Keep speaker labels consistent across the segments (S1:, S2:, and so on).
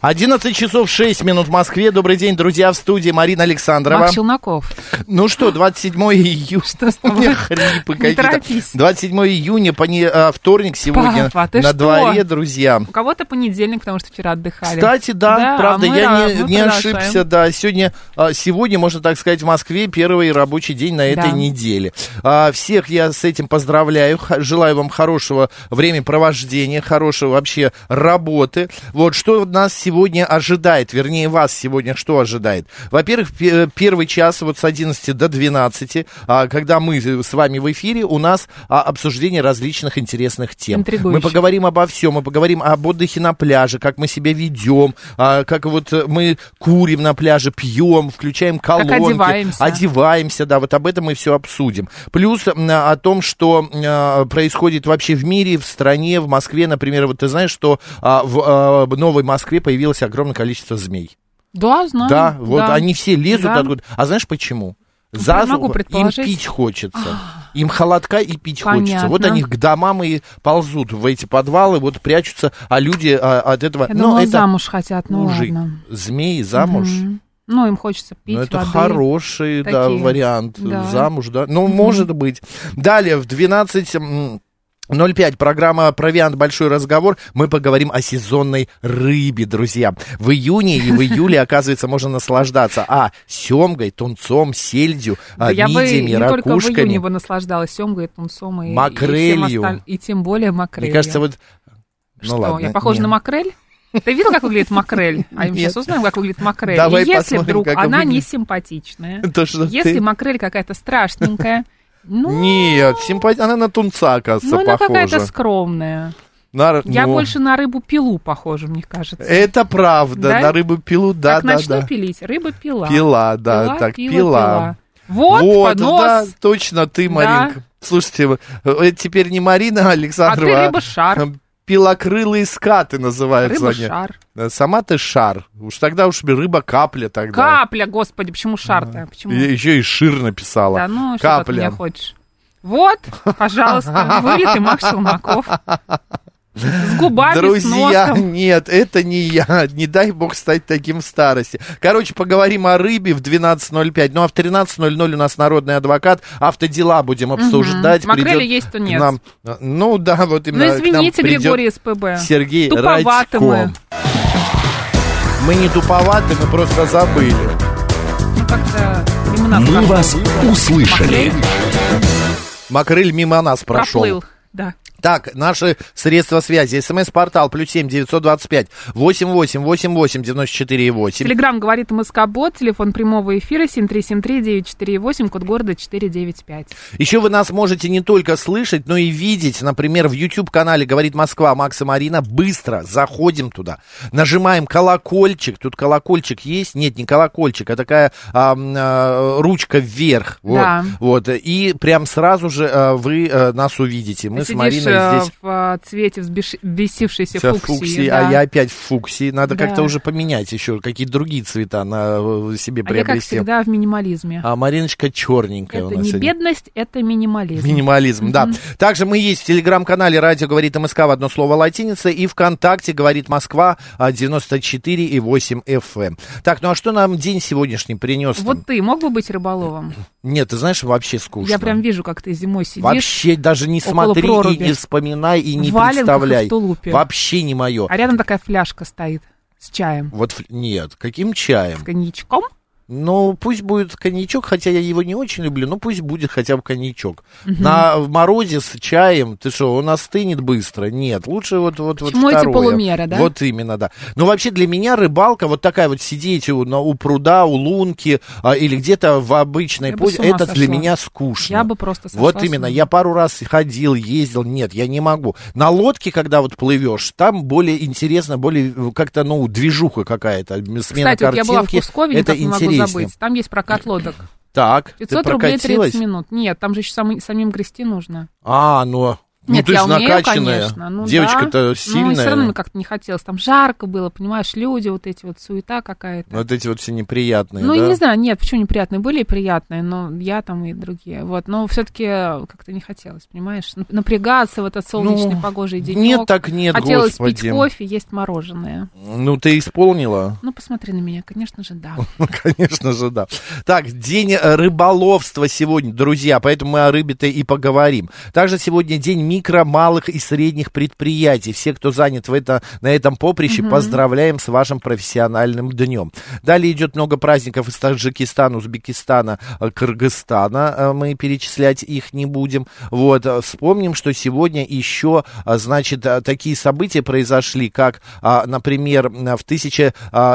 S1: 11 часов 6 минут в Москве. Добрый день, друзья, в студии Марина Александрова.
S2: Мак Челноков.
S1: Ну что, 27 июня.
S2: Что с
S1: У
S2: тобой?
S1: меня хрипы
S2: Не
S1: какие-то.
S2: торопись.
S1: 27 июня, пони- а, вторник сегодня
S2: Папа, ты
S1: на
S2: что?
S1: дворе, друзья.
S2: У кого-то понедельник, потому что вчера отдыхали.
S1: Кстати, да,
S2: Да,
S1: правда,
S2: а мы
S1: я
S2: рад,
S1: не,
S2: мы
S1: не
S2: продолжаем.
S1: ошибся, да. Сегодня, а, сегодня, можно так сказать, в Москве первый рабочий день на этой
S2: Да.
S1: неделе. А, Всех я с этим поздравляю, Х- желаю вам хорошего времяпровождения, хорошего вообще работы. Вот что нас сегодня ожидает, вернее вас сегодня что ожидает? Во-первых, пе- первый час вот с 11 до 12, а, когда мы с вами в эфире, у нас а, обсуждение различных интересных тем. Мы
S2: Интригующе.
S1: поговорим поговорим обо всем, мы поговорим об отдыхе на пляже, как мы себя ведем, а, как вот э, мы курим на пляже, пьем, включаем колонки,
S2: одеваемся.
S1: одеваемся, да, вот об этом мы все обсудим. Плюс м, а, о том, что э, происходит вообще в мире, в стране, в Москве, например, вот ты знаешь, что а, в э, Новой Москве появилось огромное количество змей.
S2: А, Да, знаю.
S1: да, вот они все лезут
S2: Да.
S1: откуда. А знаешь почему?
S2: я могу
S1: Зазу им
S2: предположить. А.
S1: пить хочется. Им холодка и пить хочется. Вот
S2: Понятно.
S1: они к домам и ползут в эти подвалы, вот прячутся, а люди а, от этого...
S2: Я
S1: Ну,
S2: думала,
S1: это
S2: замуж хотят, ну
S1: мужик.
S2: ладно.
S1: Змеи замуж.
S2: Мгм. Ну, им хочется пить
S1: Ну, это
S2: воды.
S1: хороший да,
S2: Такие.
S1: вариант.
S2: Да.
S1: Замуж, да. Ну, может быть. Далее в 12... м, 05, программа «Провиант. Большой разговор». Мы поговорим о сезонной рыбе, друзья. В июне и в июле, оказывается, можно наслаждаться. А, семгой, тунцом, сельдью,
S2: Да
S1: а,
S2: я бы
S1: мидиями,
S2: не только в июне
S1: ракушками.
S2: бы наслаждалась семгой, тунцом и и всем
S1: Макрелью.
S2: осталь- И, тем более макрелью.
S1: Мне кажется, вот... Ну
S2: Что,
S1: ладно,
S2: я похожа
S1: не.
S2: на макрель? Ты видел, как выглядит макрель? А
S1: Нет.
S2: сейчас узнаем, как выглядит макрель.
S1: Давай
S2: И если
S1: посмотрим,
S2: вдруг
S1: как
S2: она не
S1: выглядит.
S2: симпатичная,
S1: То, что
S2: если
S1: ты-
S2: макрель какая-то страшненькая, ну,
S1: Нет, симпатия. Она на тунца, оказывается,
S2: ну она
S1: похожа.
S2: какая-то скромная.
S1: На...
S2: Я
S1: ну,
S2: больше на рыбу пилу похожа, мне кажется.
S1: Это правда.
S2: Да?
S1: На рыбу пилу, Э, да,
S2: как
S1: да,
S2: начну
S1: да.
S2: пилить, рыба пила.
S1: Пила, да,
S2: Пила,
S1: так,
S2: пила, пила.
S1: пила.
S2: Вот,
S1: да,
S2: поднос.
S1: точно ты,
S2: Да.
S1: Маринка. Слушайте, э, это теперь не Марина
S2: А ты
S1: Александрова, а
S2: рыба-шар,
S1: э, пилокрылые скаты называются они.
S2: рыба-шар.
S1: Э, Сама ты шар. Уж тогда уж тебе рыба капля тогда.
S2: Капля, господи, почему шар-то? Почему?
S1: Еще и шир написала.
S2: Да ну, что ты от
S1: Капля.
S2: меня хочешь? Вот, пожалуйста, вылитый Макс Челноков. С губами, с
S1: Друзья,
S2: носом.
S1: нет, это не я. Не дай бог стать таким в старости. Короче, поговорим о рыбе в 12.05. Ну а в 13.00 у нас народный адвокат. Автодела будем обсуждать.
S2: Макрели
S1: Придет
S2: есть, то
S1: к
S2: нет.
S1: Нам, э, ну да, вот
S2: Ну,
S1: именно к нам
S2: извините,
S1: придет
S2: Григорий СПБ.
S1: Сергей
S2: Туповаты мы.
S1: Радько. Мы не туповаты, мы просто забыли.
S2: Ну, как-то мимо нас
S3: «Мы
S2: прошел.
S3: вас услышали».
S1: Макрыль мимо нас прошел.
S2: Проплыл, да.
S1: Так, наши средства связи. СМС-портал плюс семь девятьсот двадцать пять восемь восемь восемь восемь девяносто четыре восемь.
S2: Телеграмм говорит Москобот, телефон прямого эфира 7373948, код города 495.
S1: Еще вы нас можете не только слышать, но и видеть. Например, в YouTube-канале «Говорит Москва» Макс и Марина. Быстро заходим туда, нажимаем колокольчик. Тут колокольчик есть? Нет, не колокольчик, а такая а, м, а, ручка вверх. Вот,
S2: Да.
S1: вот. И прям сразу же а, вы а, нас увидите. Мы
S2: Ты
S1: с
S2: сидишь э,
S1: Мариной здесь.
S2: в э, цвете взбеш- взбесившейся
S1: Вся
S2: фуксии.
S1: фуксии,
S2: да.
S1: а я опять в фуксии. Надо
S2: Да.
S1: как-то уже поменять еще какие-то другие цвета на э,
S2: А
S1: себе
S2: я, как
S1: приобрести.
S2: всегда, в минимализме.
S1: А Мариночка черненькая у
S2: Это
S1: нас
S2: не
S1: сегодня.
S2: бедность, это минимализм.
S1: Минимализм, да. Также мы есть в телеграм-канале «Радио говорит МСК» в одно слово латиница и ВКонтакте «Говорит Москва» а, 94,8 FM. Так, ну а что нам день сегодняшний принес?
S2: Вот ты мог бы быть рыболовом?
S1: Нет, ты знаешь, вообще скучно.
S2: Я прям вижу, как ты зимой сидишь.
S1: Вообще даже не
S2: около
S1: смотри и
S2: проруби.
S1: не вспоминай и не
S2: В валенках и А в
S1: представляй.
S2: тулупе.
S1: Вообще не мое.
S2: А рядом такая фляжка стоит с чаем,
S1: Вот ф- нет, каким
S2: с
S1: чаем?
S2: коньячком.
S1: Ну, пусть будет коньячок, хотя я его не очень люблю, но пусть будет хотя бы коньячок. На в морозе с чаем, ты что, он остынет быстро? Нет, лучше вот вот вот
S2: Почему эти
S1: второе.
S2: полумеры, да?
S1: Вот именно, да. Но вообще для меня рыбалка вот такая вот сидеть у, на- у пруда, у лунки а, или где-то в обычной
S2: Я бы
S1: позе,
S2: с ума
S1: это для
S2: сошла.
S1: меня скучно.
S2: Я бы просто сошла
S1: Вот
S2: с
S1: именно,
S2: ума.
S1: я пару раз ходил, ездил, нет, я не могу. На лодке, когда вот плывешь, там более интересно, более э, как-то, ну, движуха какая-то, м, смена
S2: Кстати, вот я была в
S1: картинки,
S2: Кускове,
S1: это
S2: никак не могу
S1: интереснее.
S2: забыть. Там есть прокат лодок.
S1: Так,
S2: 500
S1: ты
S2: рублей
S1: прокатилась?
S2: 30 минут. Нет, там же еще сам- самим грести нужно.
S1: А, ну, ну
S2: Нет,
S1: ты
S2: я
S1: же
S2: умею,
S1: накачанная.
S2: конечно. Ну,
S1: Девочка-то
S2: да. Ну, и все
S1: сильная.
S2: равно мне как-то не хотелось. Там жарко было, понимаешь, люди, вот эти вот суета какая-то.
S1: вот эти вот все неприятные,
S2: Ну,
S1: да?
S2: я не знаю, нет, почему неприятные были и приятные, но я там и другие. Вот, но все-таки как-то не хотелось, понимаешь? Нап- Напрягаться в этот солнечный
S1: Ну,
S2: погожий денек.
S1: Нет, так нет,
S2: Хотелось
S1: господи.
S2: пить кофе, есть мороженое.
S1: Ну, ты исполнила?
S2: Ну, посмотри на меня, конечно же, да.
S1: Ну, конечно же, да. Так, день рыболовства сегодня, друзья, поэтому мы о рыбе-то и поговорим. Также сегодня день микро, малых и средних предприятий. Все, кто занят в это, на этом поприще, поздравляем с вашим профессиональным днем. Далее идет много праздников из Таджикистана, Узбекистана, э, Кыргызстана. Э, Мы перечислять их не будем. Вот, э, вспомним, что сегодня еще, а, значит, а, такие события произошли, как, а, например, м, в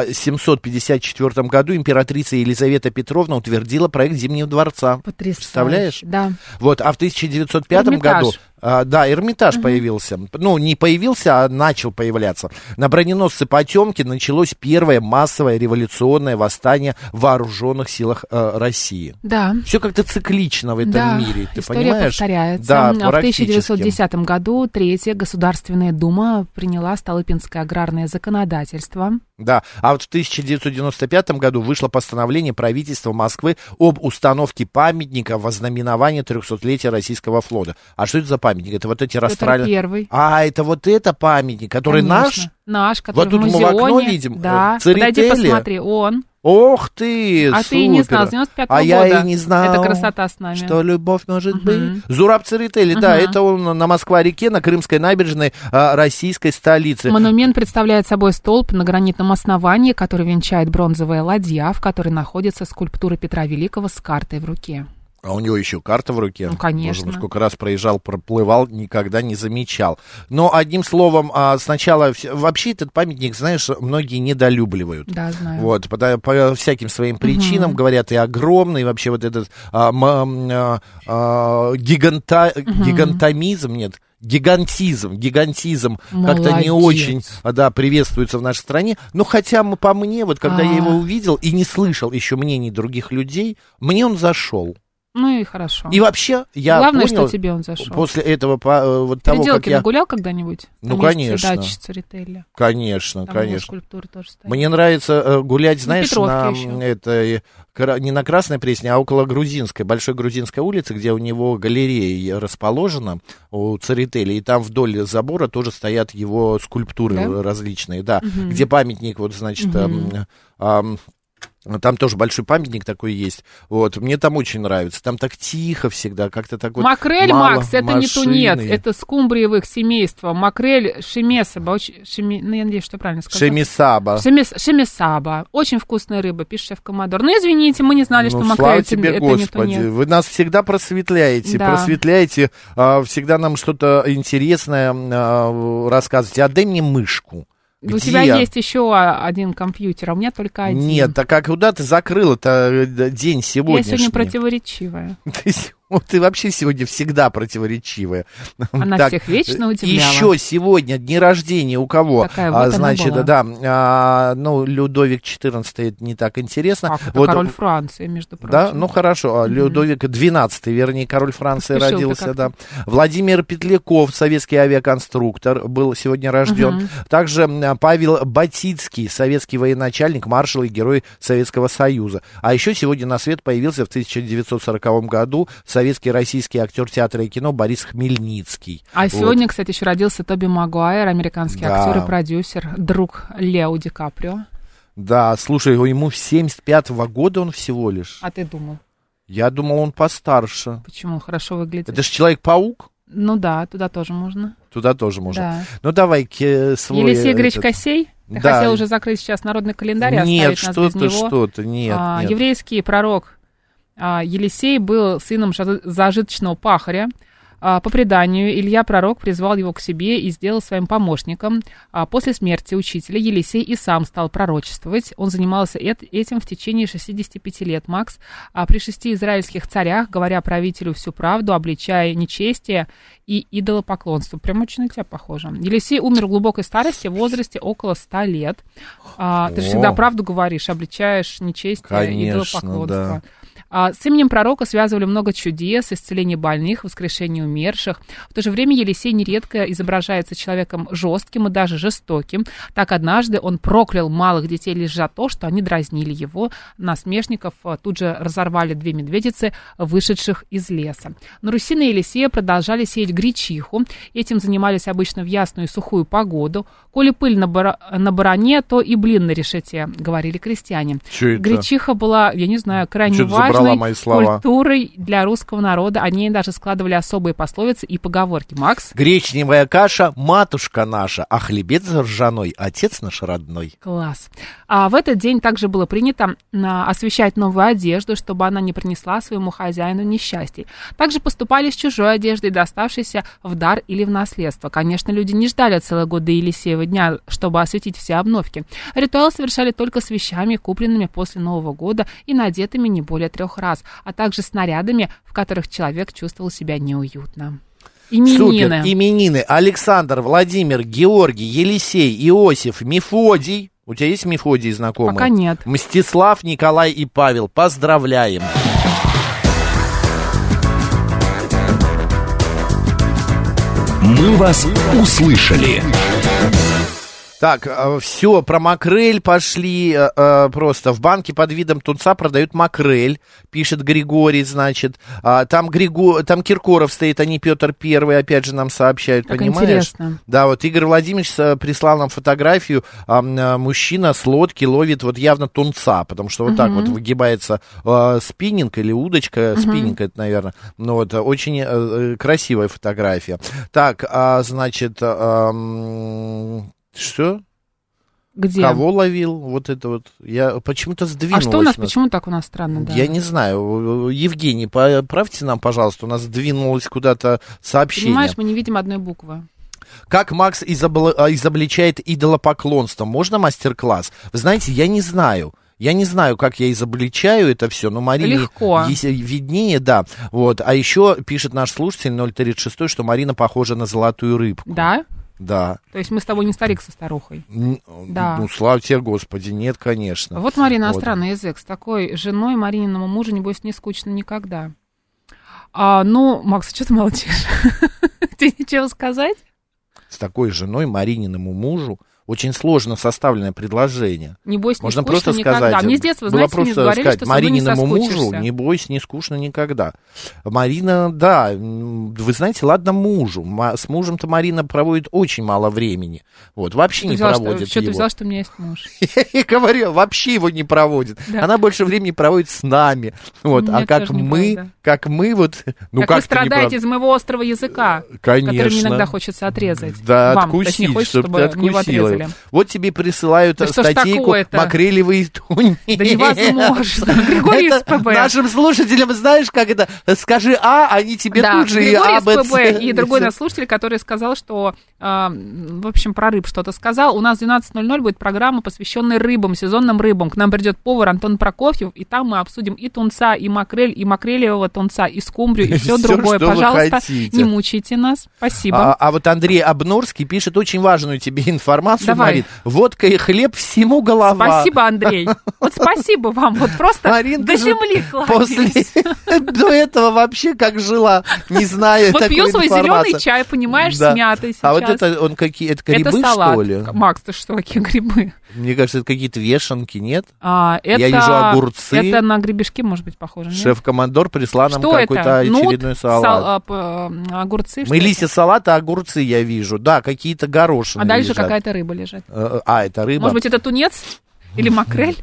S1: 1754 году императрица Елизавета Петровна утвердила проект Зимнего дворца.
S2: Потрясающе.
S1: Представляешь?
S2: Да.
S1: Вот, а в 1905
S2: Эрмитаж.
S1: году... а, да, Эрмитаж появился. Ну, не появился, а начал появляться. На броненосце Потемки началось первое массовое революционное восстание в вооруженных силах э, России.
S2: Да.
S1: Все как-то циклично в этом
S2: да,
S1: мире, ты
S2: история
S1: понимаешь?
S2: повторяется.
S1: Да,
S2: А в
S1: практически.
S2: 1910 году Третья Государственная Дума приняла Столыпинское аграрное законодательство.
S1: Да, а вот в 1995 году вышло постановление правительства Москвы об установке памятника во знаменование 300-летия Российского флота. А что это за памятник? Это вот эти
S2: Петр
S1: растральные...
S2: Первый.
S1: А, это вот это памятник, который
S2: Конечно.
S1: наш?
S2: Наш, который
S1: Вот тут
S2: в
S1: мы в
S2: музеоне.
S1: окно видим,
S2: Да.
S1: э, Церетели.
S2: Подойди, посмотри, он.
S1: Ох ты,
S2: а ты и не знал,
S1: супер.
S2: с 95
S1: А
S2: года.
S1: я и не знал.
S2: Это красота с нами.
S1: Что любовь может
S2: Мгм.
S1: быть? Зураб Церетели, да,
S2: Мгм.
S1: это он на Москва-реке, на Крымской набережной а, российской столицы.
S2: Монумент представляет собой столб на гранитном основании, который венчает бронзовая ладья, в которой находится скульптура Петра Великого с картой в руке.
S1: А у него еще карта в руке.
S2: Ну, конечно.
S1: Может, он сколько раз проезжал, проплывал, никогда не замечал. Но, одним словом, а, сначала... вс- Вообще этот памятник, знаешь, многие недолюбливают.
S2: Да, знаю.
S1: Вот, по, по всяким своим причинам, говорят, и огромный, и вообще вот этот а, м, м, а, а, гиганта- гигантомизм, нет, гигантизм, гигантизм как-то не
S2: Молодец.
S1: очень, а, да, приветствуется в нашей стране. Но хотя мы, по мне, вот когда я его
S2: А.
S1: увидел и не слышал еще мнений других людей, мне он зашел.
S2: Ну и хорошо.
S1: И вообще, я
S2: Главное,
S1: понял,
S2: что тебе он зашел.
S1: после этого, по- э, вот того, как
S2: Переделки
S1: я...
S2: нагулял когда-нибудь?
S1: Ну,
S2: Там есть
S1: конечно.
S2: Дач Церетели.
S1: Конечно,
S2: Там его
S1: конечно.
S2: скульптуры тоже стоят.
S1: Мне нравится э, гулять, знаешь,
S2: Петровке
S1: на,
S2: ещё.
S1: этой, кра- не на Красной Пресне, а около Грузинской, Большой Грузинской улицы, где у него галерея расположена, у Церетели, и там вдоль забора тоже стоят его скульптуры
S2: Да?
S1: различные, да, где памятник, вот, значит, эм, ам, там тоже большой памятник такой есть. Вот, мне там очень нравится. Там так тихо всегда, как-то так вот.
S2: Макрель,
S1: мало
S2: Макс, это
S1: машины.
S2: не тунец, это скумбриевых семейство. Макрель Шемесаба, очень, шеми- ну, я надеюсь, что я правильно сказала.
S1: Шемисаба.
S2: Шемес- Шемесаба. Очень вкусная рыба, пишет шеф-командор. Ну, извините, мы не знали, что
S1: Ну,
S2: макрель
S1: слава
S2: это,
S1: тебе,
S2: это не
S1: Господи.
S2: тунец.
S1: Вы нас всегда просветляете,
S2: Да.
S1: просветляете, а, всегда нам что-то интересное а, рассказываете. А дай мне мышку.
S2: У
S1: Где?
S2: тебя есть еще а, один компьютер, а у меня только один.
S1: Нет, так как куда ты закрыла-то э, день
S2: Я
S1: сегодняшний?
S2: сегодня противоречивая.
S1: Ты, с- вот ты вообще сегодня всегда противоречивая.
S2: Она всех вечно удивляла.
S1: Еще сегодня дни рождения у кого?
S2: Такая вот она
S1: значит,
S2: была.
S1: да, а, ну, Людовик XIV, это не так интересно.
S2: Как это А, король Франции, между прочим.
S1: Да, ну хорошо, а Людовик XII, вернее, король Франции
S2: Поспешил ты
S1: родился, да.
S2: как-то.
S1: Владимир Петляков, советский авиаконструктор, был сегодня рожден. Также м, Павел Батицкий, советский военачальник, маршал и герой Советского Союза. А еще сегодня на свет появился в 1940 году советский российский актер театра и кино Борис Хмельницкий.
S2: А
S1: Вот.
S2: сегодня, кстати, еще родился Тоби Магуайр, американский
S1: Да.
S2: актер и продюсер, друг Лео Ди Каприо.
S1: Да, слушай, ему 75-го года он всего лишь.
S2: А ты думал,
S1: Я думал, он постарше.
S2: почему он хорошо выглядит?
S1: Это же Человек-паук?
S2: Ну да, туда тоже можно.
S1: Туда тоже можно.
S2: Да.
S1: Ну, давай к, э, свой...
S2: Елисей
S1: э,
S2: Игоревич
S1: этот-
S2: Косей? Ты
S1: Да.
S2: хотел уже закрыть сейчас народный календарь и оставить
S1: Нет,
S2: нас без
S1: что-то,
S2: него.
S1: что-то, нет,
S2: А,
S1: нет.
S2: Еврейский пророк а, Елисей был сыном жа- зажиточного пахаря. А, По преданию, Илья Пророк призвал его к себе и сделал своим помощником. А После смерти учителя Елисей и сам стал пророчествовать. Он занимался эт- этим в течение 65 лет, Макс. А При шести израильских царях, говоря правителю всю правду, обличая нечестие и идолопоклонство. Прям очень на тебя похоже. Елисей умер в глубокой старости, в возрасте около 100 лет. А, Ты же
S1: О.
S2: всегда правду говоришь, обличаешь нечестие и
S1: Конечно,
S2: идолопоклонство. А, С именем пророка связывали много чудес, исцеление больных, воскрешение умерших. В то же время Елисей нередко изображается человеком жестким и даже жестоким. Так однажды он проклял малых детей лишь за то, что они дразнили его. Насмешников а, тут же разорвали две медведицы, вышедших из леса. На Руси на Елисея продолжали сеять гречиху. Этим занимались обычно в ясную и сухую погоду. Коли пыль на, бара- на баране, то и блин на решете, говорили крестьяне.
S1: Чё это?
S2: Гречиха была, я не знаю, крайне
S1: Чё ты забрала
S2: важной
S1: мои слова?
S2: культурой для русского народа. О ней даже складывали особые пословицы и поговорки. Макс?
S1: Гречневая каша, матушка наша, а хлебец ржаной, отец наш родной.
S2: Класс. А в этот день также было принято а, освещать новую одежду, чтобы она не принесла своему хозяину несчастья. Также поступали с чужой одеждой, доставшейся в дар или в наследство. Конечно, люди не ждали целый год до Елисеева дня, чтобы осветить все обновки. Ритуал совершали только с вещами, купленными после Нового года и надетыми не более трех раз, а также снарядами, в которых человек чувствовал себя неуютно. Именины.
S1: Супер, именины. Александр, Владимир, Георгий, Елисей, Иосиф, Мефодий. У тебя есть Мефодий знакомый?
S2: Пока нет.
S1: Мстислав, Николай и Павел. Поздравляем.
S3: «Мы вас услышали».
S1: Так, все, про макрель пошли э, э, просто. В банке под видом тунца продают макрель, пишет Григорий, значит. А, там, Григо... там Киркоров стоит, а не Петр Первый, опять же нам сообщают,
S2: Как
S1: понимаешь?
S2: интересно.
S1: Да, вот Игорь Владимирович э, прислал нам фотографию. а, м, э, мужчина с лодки ловит вот явно тунца, потому что вот так вот выгибается э, спиннинг или удочка. Спиннинг это, наверное. Ну вот, э, очень э, э, красивая фотография. Так, а, значит... э, м, что?
S2: Где?
S1: Кого ловил? Вот это вот. Я почему-то
S2: а
S1: сдвинулась.
S2: что у нас? Почему так у нас странно? Да?
S1: Я не знаю. Евгений, поправьте нам, пожалуйста, у нас сдвинулось куда-то сообщение.
S2: Понимаешь, мы не видим одной буквы.
S1: Как Макс изобла- а, изобличает идолопоклонство? Можно мастер-класс? Вы знаете, я не знаю. Я не знаю, как я изобличаю это все, но Марине
S2: Легко.
S1: ес- виднее, да. Вот. А еще пишет наш слушатель 036, что Марина похожа на золотую рыбку.
S2: Да?
S1: Да.
S2: То есть мы с тобой не старик со старухой.
S1: М,
S2: Да.
S1: Ну, слава тебе, Господи, нет, конечно.
S2: Вот, Марина, а
S1: Вот.
S2: странный язык. С такой женой Марининому мужу, небось, не скучно никогда. А, ну, Макс, что ты молчишь? Тебе нечего сказать?
S1: С такой женой, Марининому мужу, очень сложно составленное предложение.
S2: Небось,
S1: Можно
S2: не скучно
S1: просто
S2: никогда.
S1: сказать. э,
S2: Мне с детства,
S1: было
S2: знаете, мне
S1: просто
S2: говорили,
S1: сказать,
S2: что со
S1: Марининому
S2: мной не
S1: мужу,
S2: соскучишься.
S1: не бойся, не скучно никогда. Марина, да, м, вы знаете, ладно мужу. Ма- С мужем-то Марина проводит очень мало времени. Вот, вообще
S2: Ты
S1: не
S2: взяла, что,
S1: проводит
S2: чё ты
S1: его.
S2: взял, что у меня есть муж?
S1: Я и говорю, вообще его не проводит.
S2: Да.
S1: Она больше времени проводит с нами. Вот,
S2: Нет,
S1: а как
S2: тоже не
S1: мы,
S2: правда.
S1: как мы вот...
S2: как вы
S1: Ну, ты не прав-
S2: страдаете из моего острого языка, который мне
S1: Конечно.
S2: иногда хочется отрезать.
S1: Да,
S2: Вам,
S1: откусить,
S2: точнее, хочется,
S1: чтоб
S2: чтобы
S1: ты
S2: мне его
S1: откусила.
S2: отрезали.
S1: Вот тебе присылают
S2: Да
S1: э,
S2: что ж
S1: статейку
S2: такое-то?
S1: «Макрелевый тунец».
S2: Да невозможно. Григорий из
S1: Это
S2: ПБ.
S1: нашим слушателям, знаешь, как это, скажи «А», они тебе
S2: да,
S1: тут же и
S2: Григорий
S1: «А»,
S2: из
S1: «Б»,
S2: ПБ
S1: «Ц».
S2: и другой наш слушатель, который сказал, что, э, в общем, про рыб что-то сказал. У нас в 12.00 будет программа, посвященная рыбам, сезонным рыбам. К нам придет повар Антон Прокофьев, и там мы обсудим и тунца, и макрель, и макрелевого тунца, и скумбрию, и все
S1: Всё,
S2: другое.
S1: что вы
S2: Пожалуйста,
S1: хотите.
S2: не мучайте нас.
S1: А,
S2: Спасибо.
S1: а вот Андрей Обнорский пишет очень важную тебе информацию,
S2: Давай.
S1: Марин. Водка и хлеб всему голова.
S2: Спасибо, Андрей. Вот спасибо вам. Вот просто
S1: Марин,
S2: до
S1: ты же
S2: земли
S1: После
S2: кладись.
S1: до этого вообще как жила, не знаю
S2: Вот
S1: такой
S2: пью свой
S1: информации.
S2: зеленый чай, понимаешь,
S1: Да.
S2: с мятой сейчас.
S1: А вот это он какие это
S2: Это
S1: грибы,
S2: салат.
S1: что ли?
S2: Макс, ты что, какие грибы?
S1: Мне кажется, это какие-то вешенки, нет?
S2: А, это,
S1: вижу огурцы.
S2: Это на гребешки, может быть, похоже. нет?
S1: Шеф-командор прислал нам
S2: что это?
S1: какой-то очередной
S2: Нут,
S1: салат.
S2: сал- а, п- а, огурцы. что
S1: Мы листья салата, огурцы я вижу. Да, какие-то
S2: ли?
S1: горошины
S2: А дальше
S1: лежат.
S2: какая-то рыба лежит.
S1: Э, А, это рыба.
S2: Может быть, это тунец? Или макрель?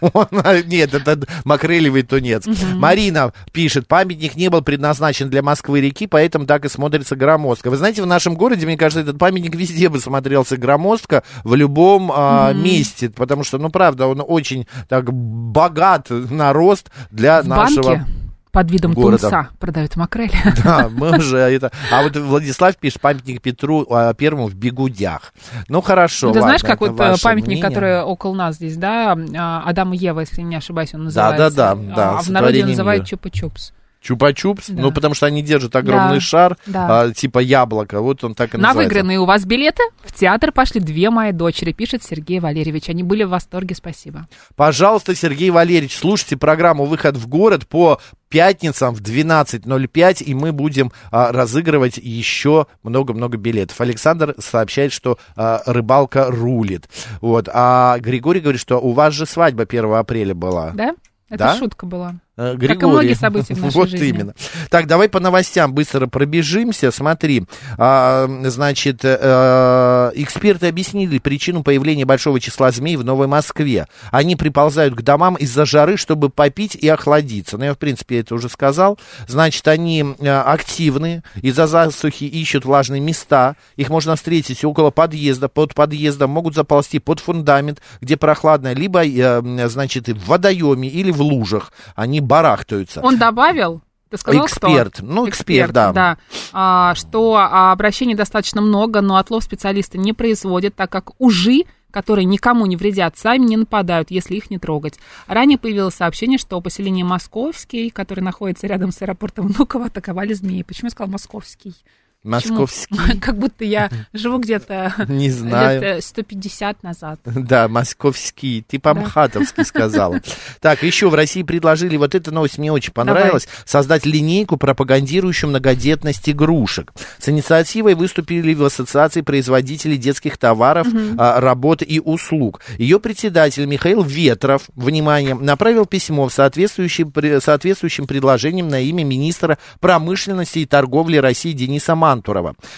S1: Мона- Нет, это макрелевый тунец. Марина пишет, памятник не был предназначен для Москвы-реки, поэтому так и смотрится громоздко. Вы знаете, в нашем городе, мне кажется, этот памятник везде бы смотрелся громоздко, в любом а, месте, потому что, ну, правда, он очень так богат на рост для
S2: В
S1: нашего...
S2: банке под видом
S1: города.
S2: тунца продают макрель.
S1: Да, мы уже это... А вот Владислав пишет памятник Петру а, Первому в Бегудях. Ну, хорошо,
S2: Ну, Ты знаешь,
S1: ладно,
S2: как
S1: это
S2: вот э,
S1: ваше
S2: памятник,
S1: мнение.
S2: который около нас здесь, да, а, Адам и Ева, если не ошибаюсь, он
S1: Да,
S2: называется.
S1: да, да,
S2: А
S1: да,
S2: в народе
S1: сотворение
S2: называют
S1: мира.
S2: чупа-чупс.
S1: Чупа-чупс,
S2: Да.
S1: ну, потому что они держат огромный
S2: Да,
S1: шар,
S2: да.
S1: а, типа яблоко, вот он так и
S2: На
S1: называется.
S2: выигранные у вас билеты в театр пошли две мои дочери, пишет Сергей Валерьевич. Они были в восторге, спасибо.
S1: Пожалуйста, Сергей Валерьевич, слушайте программу «Выход в город» по пятницам в 12.05, и мы будем а, разыгрывать еще много-много билетов. Александр сообщает, что а, рыбалка рулит. Вот. А Григорий говорит, что у вас же свадьба 1 апреля была.
S2: Да? Это
S1: Да?
S2: шутка была.
S1: Э,
S2: и
S1: Григорий.
S2: многие события в нашей
S1: вот
S2: жизни.
S1: именно. Так, давай по новостям быстро пробежимся. Смотри, а, значит, э, эксперты объяснили причину появления большого числа змей в Новой Москве. Они приползают к домам из-за жары, чтобы попить и охладиться. Ну, я, в принципе, это уже сказал. Значит, они э, активны, из-за засухи ищут влажные места. Их можно встретить около подъезда, под подъездом, могут заползти под фундамент, где прохладно, либо, э, м, значит, в водоеме или в лужах. Они барахтаются.
S2: Он добавил, ты сказал, кто?
S1: Эксперт. Ну, эксперт, да.
S2: А, что а, обращений достаточно много, но отлов специалисты не производят, так как ужи, которые никому не вредят, сами не нападают, если их не трогать. Ранее появилось сообщение, что поселение Московский, которое находится рядом с аэропортом Внуково, атаковали змеи. Почему я сказал Московский? Почему?
S1: Московский.
S2: Как будто я живу где-то
S1: Не
S2: лет
S1: знаю.
S2: э, 150 назад.
S1: Да, московский. Ты по-мхатовски сказала. Так, еще в России предложили, вот эта новость мне очень понравилась, создать линейку, пропагандирующую многодетность игрушек. С инициативой выступили в Ассоциации производителей детских товаров, а, работ и услуг. Ее председатель Михаил Ветров, внимание, направил письмо в соответствующем, пре- соответствующим предложением на имя министра промышленности и торговли России Дениса Мантурова.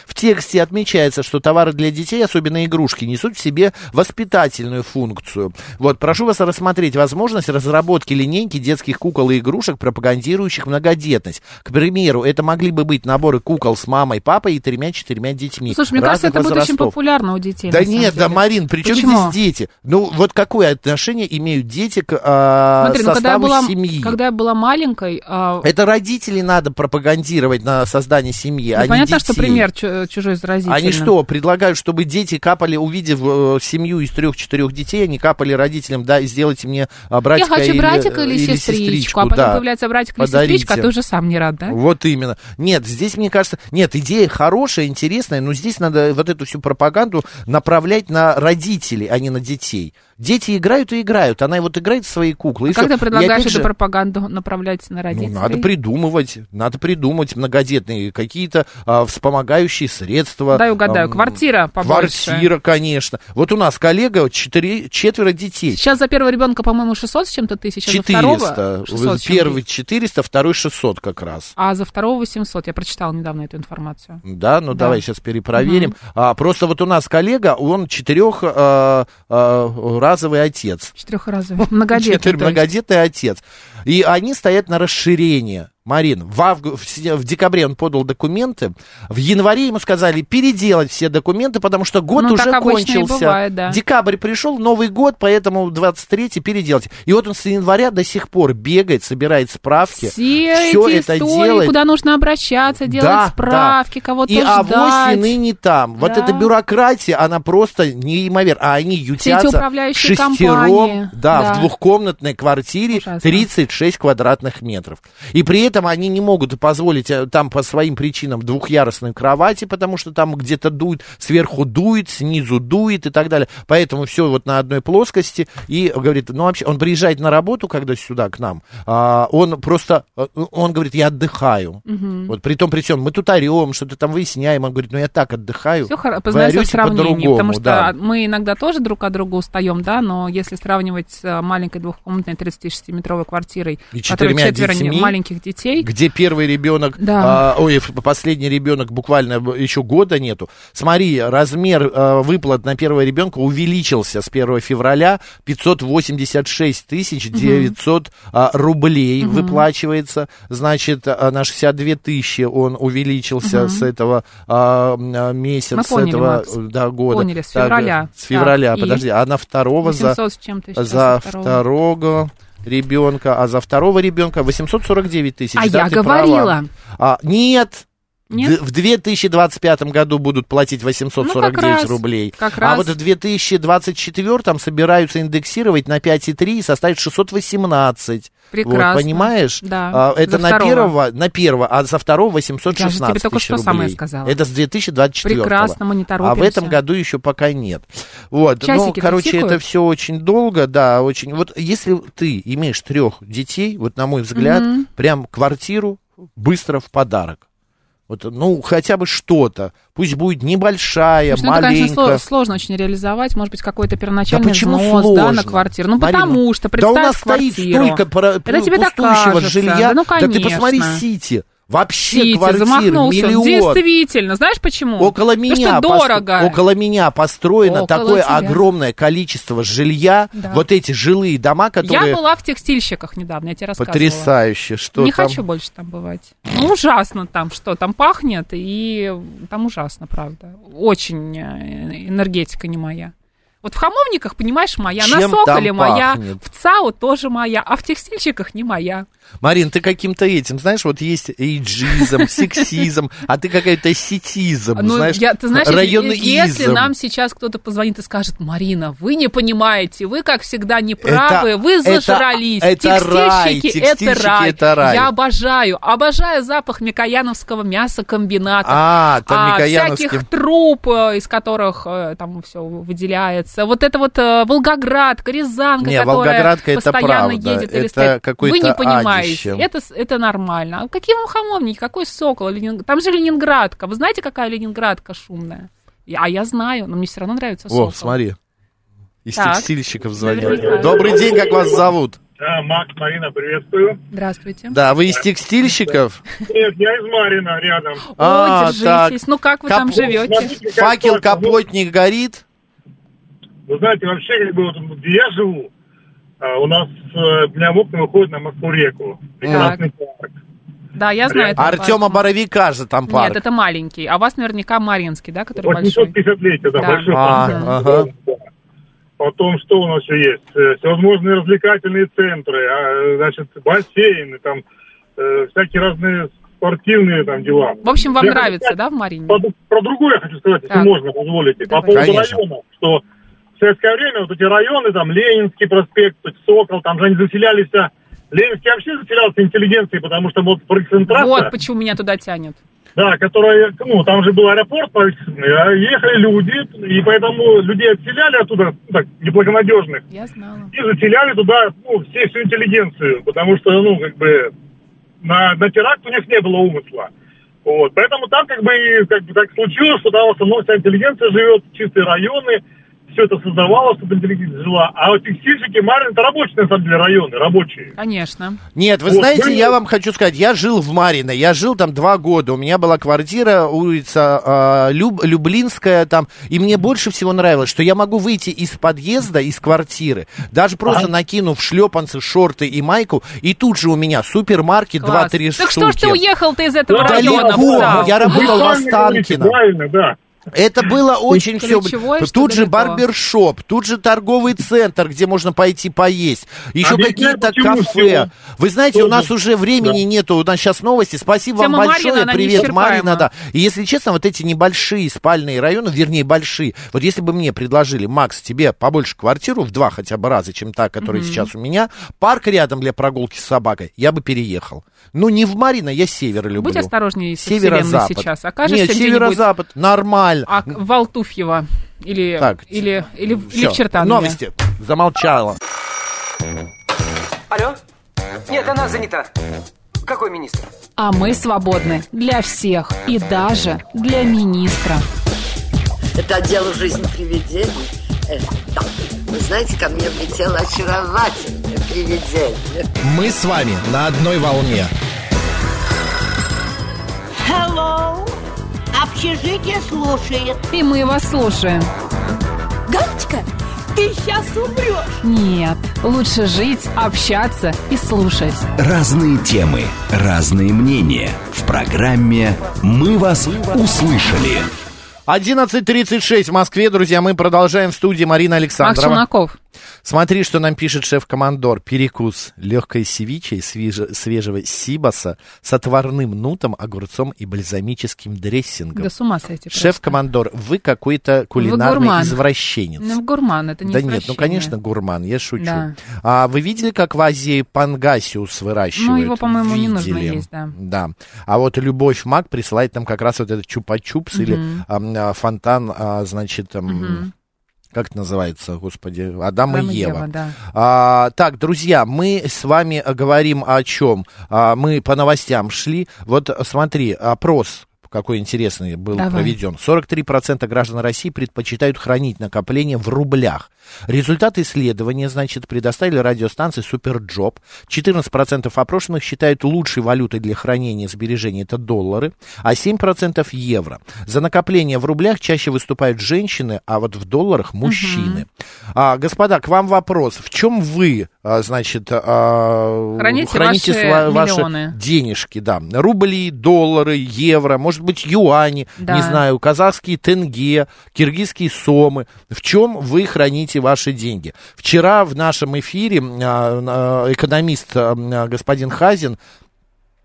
S1: В тексте отмечается, что товары для детей, особенно игрушки, несут в себе воспитательную функцию. Вот, прошу вас рассмотреть возможность разработки линейки детских кукол и игрушек, пропагандирующих многодетность. К примеру, это могли бы быть наборы кукол с мамой, папой и тремя-четырьмя детьми.
S2: Ну, Слушай, мне кажется,
S1: разных
S2: это будет очень
S1: возрастов.
S2: популярно у детей.
S1: Да
S2: на самом
S1: нет, да,
S2: деле.
S1: Марин, при чем
S2: Почему?
S1: здесь дети? Ну, вот какое отношение имеют дети к а,
S2: Смотри, ну,
S1: составу
S2: когда я, была,
S1: семьи?
S2: когда я была маленькой, а,
S1: Это родителей надо пропагандировать на создание семьи,
S2: ну,
S1: а не
S2: понятно, что
S1: детей.
S2: пример чу- чужой заразительный.
S1: Они что, предлагают, чтобы дети капали, увидев э, семью из трех-четырех детей, они капали родителям, да, и сделайте мне а,
S2: Я
S1: братика
S2: хочу
S1: или,
S2: братика или,
S1: или
S2: сестричку, а потом
S1: да.
S2: появляется братик или
S1: Подарите. Ну,
S2: сестричка, а ты уже сам не рад, да?
S1: Вот именно. Нет, здесь, мне кажется, нет, идея хорошая, интересная, но здесь надо вот эту всю пропаганду направлять на родителей, а не на детей. Дети играют и играют. Она вот играет в свои куклы. и
S2: Как
S1: всё.
S2: ты
S1: И
S2: А предлагаешь
S1: опять
S2: эту
S1: же-
S2: пропаганду направлять на
S1: Ну,
S2: родителей?
S1: надо придумывать, надо придумать многодетные какие-то а, вспомогающие средства.
S2: Дай угадаю,
S1: Ам,
S2: квартира побольше.
S1: Квартира, конечно. Вот у нас коллега четыре, четверо детей.
S2: Сейчас за первого ребенка, по-моему, 600 с чем-то тысяч, а за второго
S1: 400.
S2: 600 с чем-то
S1: Первый 400, второй 600 как раз.
S2: А за второго 800. Я прочитала недавно эту информацию.
S1: Да, ну
S2: Да.
S1: давай сейчас перепроверим. А, просто вот у нас коллега, он четырехразовый отец.
S2: Четырехразовый. Многодетный.
S1: Четыр-
S2: то есть.
S1: многодетный отец. И они стоят на расширение. Марин, в, авгу- в се- в декабре он подал документы, в январе ему сказали переделать все документы, потому что год
S2: Ну, так
S1: уже
S2: обычно и
S1: кончился.
S2: бывает, да.
S1: Декабрь пришел, Новый год, поэтому 23-й переделать. И вот он с января до сих пор бегает, собирает справки.
S2: Все
S1: всё
S2: эти истории, куда нужно обращаться, делать
S1: Да,
S2: справки,
S1: да.
S2: кого-то
S1: И
S2: ждать.
S1: авось и ныне там. Вот
S2: Да.
S1: эта бюрократия, она просто неимоверна. А они
S2: эти
S1: ютятся
S2: управляющие компании.
S1: шестером, да,
S2: Да.
S1: в двухкомнатной квартире
S2: Ужасно.
S1: 36 квадратных метров. И при этом они не могут позволить э, там по своим причинам двухъярусной кровати, потому что там где-то дует, сверху дует, снизу дует и так далее. Поэтому все вот на одной плоскости. И говорит, ну вообще, он приезжает на работу, когда сюда, к нам, а, он просто, э, он говорит, я отдыхаю. Вот при том, при всем, мы тут орем, что-то там выясняем. Он говорит, ну я так отдыхаю.
S2: Все
S1: Вы
S2: хоро- познается в
S1: орете
S2: сравнении,
S1: по-другому,
S2: потому что
S1: да.
S2: мы иногда тоже друг от друга устаем, да, но если сравнивать с э, маленькой двухкомнатной 36-метровой квартирой,
S1: И
S2: в которой
S1: четырьмя
S2: четверо не-
S1: детьми?
S2: маленьких детей.
S1: где первый ребенок,
S2: Да.
S1: а, ой, ф- последний ребенок буквально еще года нету. Смотри, размер а, выплат на первого ребенка увеличился с 1 февраля 586 тысяч 900 а, рублей выплачивается, значит а, на 62 тысячи он увеличился с этого а, м, а, месяца,
S2: Мы поняли,
S1: с этого
S2: Макс.
S1: э, да, года.
S2: Поняли, с
S1: Так,
S2: февраля.
S1: с февраля,
S2: Так, и?
S1: подожди, а на второго за
S2: 800 с чем-то сейчас
S1: за
S2: со второго.
S1: второго ребенка, а за второго ребенка 849 тысяч.
S2: А
S1: да,
S2: я
S1: ты права.
S2: говорила.
S1: А, нет.
S2: Нет?
S1: Д- В 2025 году будут платить
S2: Ну, как
S1: 849
S2: раз,
S1: рублей.
S2: как
S1: А
S2: раз.
S1: вот в 2024 собираются индексировать на 5,3 и составить 618.
S2: Прекрасно.
S1: Вот, понимаешь?
S2: Да.
S1: А, это
S2: За
S1: на
S2: второго.
S1: первого, на первого, а за второго
S2: Я
S1: 816
S2: же тебе только
S1: тысяч
S2: что
S1: рублей.
S2: самое сказала.
S1: Это с 2024.
S2: Прекрасно, мы не
S1: А в этом
S2: торопимся.
S1: году еще пока нет. Вот. ну,
S2: Часики-то
S1: короче, это
S2: тикают?
S1: все очень долго, да, очень. Вот если ты имеешь трех детей, вот на мой взгляд, прям квартиру быстро в подарок. Вот, ну, хотя бы что-то. Пусть будет
S2: Потому
S1: небольшая,
S2: что ну, это, конечно,
S1: маленькая.
S2: сло- сложно очень реализовать, может быть, какой-то первоначальный
S1: почему
S2: взнос да,
S1: сложно?
S2: на квартиру. Ну,
S1: Марина,
S2: потому что,
S1: Да
S2: представь
S1: у нас стоит
S2: квартиру.
S1: столько пара-
S2: Это тебе так
S1: пустующего
S2: кажется. Да
S1: жилья.
S2: ну,
S1: ты посмотри
S2: конечно.
S1: Сити. Вообще
S2: Сити,
S1: квартир
S2: замахнулся.
S1: миллион.
S2: Действительно, знаешь почему?
S1: Около меня,
S2: Потому что
S1: пос-
S2: дорого.
S1: около меня построено
S2: Около
S1: такое
S2: тебя.
S1: огромное количество жилья.
S2: Да.
S1: Вот эти жилые дома, которые
S2: Я была в текстильщиках недавно, я тебе рассказывала.
S1: потрясающе. Что
S2: не
S1: там?
S2: хочу больше там бывать. Ну, ужасно там, что там пахнет, и там ужасно, правда. Очень э, энергетика не моя. Вот в хамовниках, понимаешь, моя, на
S1: Чем
S2: Соколе
S1: там
S2: моя,
S1: пахнет?
S2: в ЦАУ тоже моя, а в текстильщиках не моя.
S1: Марин, ты каким-то этим, знаешь, вот есть эйджизм, сексизм, а ты какая-то сетизм,
S2: Ну,
S1: знаешь,
S2: я- ты знаешь,
S1: районный
S2: если, если
S1: изм.
S2: нам сейчас кто-то позвонит и скажет, Марина, вы не понимаете, вы, как всегда, неправы,
S1: Это-
S2: вы
S1: это-
S2: зажрались.
S1: это рай,
S2: текстильщики,
S1: текстильщики это рай.
S2: Я обожаю, обожаю запах Микояновского мясокомбината.
S1: А, там
S2: а,
S1: Микояновский.
S2: всяких труп, э, из которых э, там все выделяется. Вот это вот э, Волгоградка, Рязанка,
S1: Не,
S2: которая
S1: Волгоградка это
S2: постоянно
S1: правда.
S2: едет или
S1: Это
S2: стоит. Вы
S1: какой-то
S2: не понимаете.
S1: адище.
S2: Это, с- это нормально. А какие вам хамовники, какой сокол? Ленин- Там же Ленинградка. Вы знаете, какая Ленинградка шумная? Я- А я знаю, но мне все равно нравится сокол.
S1: О, смотри, из
S2: Так.
S1: текстильщиков звонят.
S2: Наверняка.
S1: Добрый день, как вас зовут?
S4: Да, Макс, Марина, приветствую.
S2: Здравствуйте.
S1: Да, вы из текстильщиков?
S4: Нет, я из Марина, рядом.
S2: О,
S1: А,
S2: держитесь.
S1: так.
S2: Ну как вы там
S1: Кап-
S2: живете?
S4: Смотрите, как
S1: Факел
S4: классно.
S1: капотник горит?
S4: Вы знаете, вообще, как бы, вот, где я живу, а, у нас э, прям окна выходят на Москву-реку. Прекрасный парк.
S2: Да, я знаю. этот
S1: Артема
S2: парк.
S1: Боровика же там парк.
S2: Нет, это маленький. А у вас наверняка Маринский, да, который большой?
S4: ну, 850-летие, да,
S2: Да.
S4: большой
S1: А,
S4: парк.
S1: ага.
S4: Да. Потом, что у нас еще есть? Э, Всевозможные развлекательные центры, а, э, значит, бассейны, там, э, всякие разные спортивные там дела.
S2: В общем, вам
S4: Я хочу
S2: нравится, да, в Марине?
S4: Про, про другое хочу сказать, если
S2: Так.
S4: можно, позволите.
S2: Давай.
S4: По поводу
S1: Конечно.
S4: района, что в советское время вот эти районы, там, Ленинский проспект, тут Сокол, там же они заселялись. а, Ленинский вообще заселялся интеллигенцией, потому что вот концентрация,
S2: Вот почему меня туда тянет.
S4: да, которая, ну, там же был аэропорт, правительственный, а ехали люди, и поэтому людей отселяли оттуда, ну, так, неблагонадежных,
S2: Я знала.
S4: и заселяли туда, ну, все, всю интеллигенцию, потому что, ну, как бы, на, на теракт у них не было умысла. Вот, поэтому там как бы, и, как бы так случилось, что там в основном вся интеллигенция живет, чистые районы, все это создавалось, чтобы интеллигенция жила. А вот текстильщики, Марин, это рабочие, на самом деле, районы, рабочие.
S2: Конечно.
S1: Нет, вы
S4: Вот,
S1: знаете,
S4: ну,
S1: я вам хочу сказать, я жил в Марино, я жил там два года, у меня была квартира, улица а, Люб- Люблинская там, и мне больше всего нравилось, что я могу выйти из подъезда, из квартиры, даже просто накинув шлепанцы, шорты и майку, и тут же у меня супермаркет,
S2: Класс.
S1: два-три штуки.
S2: так что ж ты уехал ты из этого
S4: Да,
S2: района?
S1: далеко,
S2: Псау?
S1: Ну, я работал в
S4: Правильно говорите,
S1: Останкино.
S4: Правильно, да.
S1: Это было очень все.
S2: Ключевое, что
S1: Тут же
S2: далеко.
S1: барбершоп, тут же торговый центр, где можно пойти поесть. Еще
S4: Объясняю,
S1: какие-то
S4: почему
S1: кафе.
S4: всего.
S1: Вы знаете, у
S4: Тоже.
S1: нас уже времени нету. У нас сейчас новости. Спасибо
S2: Тема
S1: вам
S2: Марина,
S1: большое.
S2: она
S1: Привет,
S2: неисчерпаема.
S1: Марина. Да. И если честно, вот эти небольшие спальные районы, вернее, большие, вот если бы мне предложили, Макс, тебе побольше квартиру в два хотя бы раза, чем та, которая сейчас у меня, парк рядом для прогулки с собакой, я бы переехал. Ну, не в Марино, я север люблю.
S2: Будь осторожнее с вселенной
S1: Северо-запад.
S2: сейчас. Окажешься
S1: Нет,
S2: где-нибудь
S1: северо-запад, нормально.
S2: а, в Алтуфьево или,
S1: Так,
S2: или, или, в- или
S1: Всё,
S2: в Чертанове.
S1: Новости. Замолчала.
S5: Алло? Нет, она занята. Какой министр?
S6: А мы свободны для всех и даже для министра.
S7: Это дело жизни привидений. Э, да. Вы знаете, ко мне влетела очаровательная привидение.
S1: Мы с вами на одной волне.
S8: Hello. Общежитие слушает.
S6: И мы вас слушаем.
S9: Галочка, ты сейчас умрешь.
S6: Нет, лучше жить, общаться и слушать.
S3: Разные темы, разные мнения. В программе «Мы вас услышали».
S1: 11.36 в Москве, друзья, мы продолжаем в студии Марина
S2: Макс
S1: Александрова.
S2: Челноков.
S1: Смотри, что нам пишет шеф-командор. Перекус. Легкая севича из свеже- свежего сибаса с отварным нутом, огурцом и бальзамическим дрессингом.
S2: Да с ума сойти. просто.
S1: Шеф-командор, вы какой-то кулинарный
S2: гурман.
S1: извращенец.
S2: Ну, гурман, это не
S1: да нет, ну
S2: извращение.
S1: конечно гурман, я шучу.
S2: Да.
S1: А вы видели, как в Азии пангасиус выращивают?
S2: Ну, его, по-моему, не нужно
S1: Видели.
S2: есть, да.
S1: Да. А вот Любовь Мак присылает нам как раз вот этот чупа-чупс или ам, а, фонтан, а, значит, ам, как это называется, господи, Адам,
S2: Адам
S1: и
S2: и
S1: Ева.
S2: Ева, да.
S1: А, так, друзья, мы с вами э, говорим о чем? А, мы по новостям шли. Вот э, смотри, опрос какой интересный был
S2: Давай.
S1: проведен. 43% граждан России предпочитают хранить накопления в рублях. Результаты исследования, значит, предоставили радиостанции Суперджоп. 14% опрошенных считают лучшей валютой для хранения сбережений это доллары, а 7% евро. За накопление в рублях чаще выступают женщины, а вот в долларах мужчины. А, господа, к вам вопрос. В чем вы, а, значит, а,
S2: Храните ваши
S1: сва-
S2: миллионы?
S1: денежки? Да. Рубли, доллары, евро, может быть, юани,
S2: Да.
S1: не знаю, казахские тенге, киргизские сомы. В чем вы храните ваши деньги? Вчера в нашем эфире а, а, экономист а, а, господин Хазин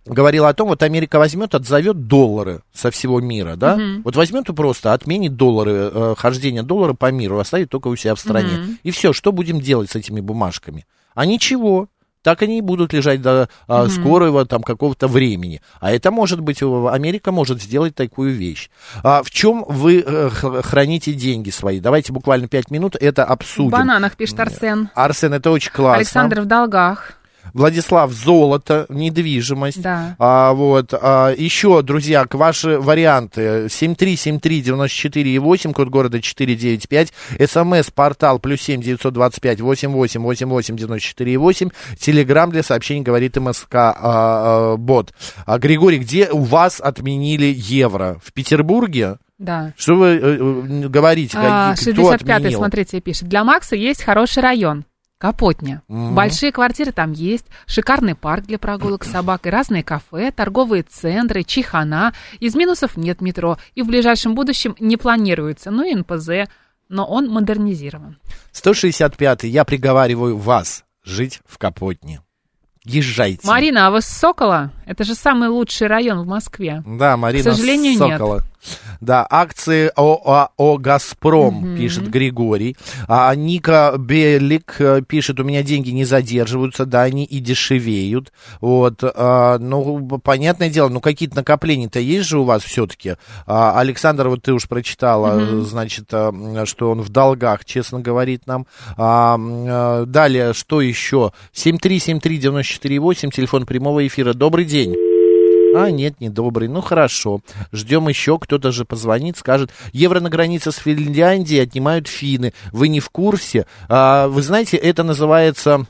S1: говорил о том, вот Америка возьмет, отзовет доллары со всего мира, да? Вот возьмет и просто отменит доллары, э, хождение доллара по миру, оставит только у себя в стране. И все, что будем делать с этими бумажками? А ничего. Так они и будут лежать до э, скорого там какого-то времени. А это может быть, э, Америка может сделать такую вещь. А в чем вы э, х- храните деньги свои? Давайте буквально пять минут это
S2: В
S1: обсудим.
S2: бананах пишет Арсен.
S1: Арсен, это очень классно.
S2: Александр в долгах.
S1: Владислав, золото, недвижимость.
S2: Да.
S1: А, вот, а, еще, друзья, к ваши варианты. 7373948, код города 495, смс-портал плюс 7 925 8888 948, телеграмм для сообщений говорит МСК а, а, бот. А, Григорий, где у вас отменили евро? В Петербурге?
S2: Да.
S1: Что вы э, э, говорите?
S2: А,
S1: какие- кто
S2: 65-й,
S1: отменил?
S2: смотрите, пишет. Для Макса есть хороший район. Капотня. Большие квартиры там есть, шикарный парк для прогулок с собакой, разные кафе, торговые центры, чихана. Из минусов нет метро. И в ближайшем будущем не планируется. Ну и НПЗ, но он модернизирован.
S1: 165 я приговариваю вас жить в Капотне. Езжайте.
S2: Марина, а вы с Сокола? Это же самый лучший район в Москве.
S1: Да, Марина
S2: К сожалению,
S1: Сокола. Да, акции ОАО «Газпром», пишет Григорий. А Ника Белик э, пишет, у меня деньги не задерживаются, да, они и дешевеют. Вот, а, ну, понятное дело, ну, какие-то накопления-то есть же у вас все-таки. А, Александр, вот ты уж прочитала, э, значит, а, м, что он в долгах, честно говорит нам. А, м, э, далее, что еще? 7373948, телефон прямого эфира. Добрый день. А, нет, недобрый. Ну, хорошо. Ждем еще. Кто-то же позвонит, скажет. Евро на границе с Финляндией отнимают финны. Вы не в курсе? А, вы знаете, это называется...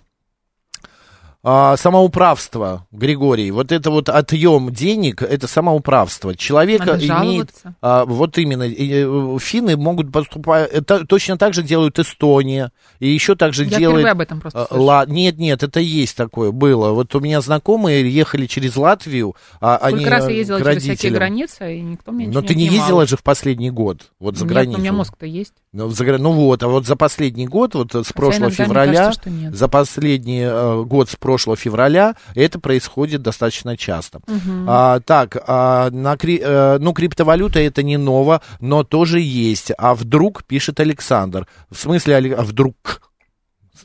S1: а, самоуправство, Григорий, вот это вот отъем денег, это самоуправство. Человека
S2: Надо
S1: имеет...
S2: жаловаться.
S1: а, вот именно, и, э, финны могут поступать... это точно так же делают Эстония, и еще так же
S2: Я
S1: делает...
S2: впервые об этом просто
S1: А,
S2: слышу.
S1: ла- Нет, нет, это есть такое, было. Вот у меня знакомые ехали через Латвию, а
S2: Сколько
S1: они
S2: раз
S1: э,
S2: я ездила
S1: к
S2: через всякие
S1: родителям.
S2: границы, и никто мне
S1: Но
S2: ничего
S1: ты не
S2: отнимал.
S1: ездила же в последний год, вот за
S2: Нет,
S1: границу.
S2: но у меня мозг-то есть.
S1: Ну, за гра- ну вот, а вот за последний год, вот э, с прошлого
S2: иногда мне
S1: февраля,
S2: кажется, что нет.
S1: за последний э, год с прошлого февраля это происходит достаточно часто. А, так, а, на кри- э, ну криптовалюта это не ново, но тоже есть. А вдруг пишет Александр, в смысле Але- а вдруг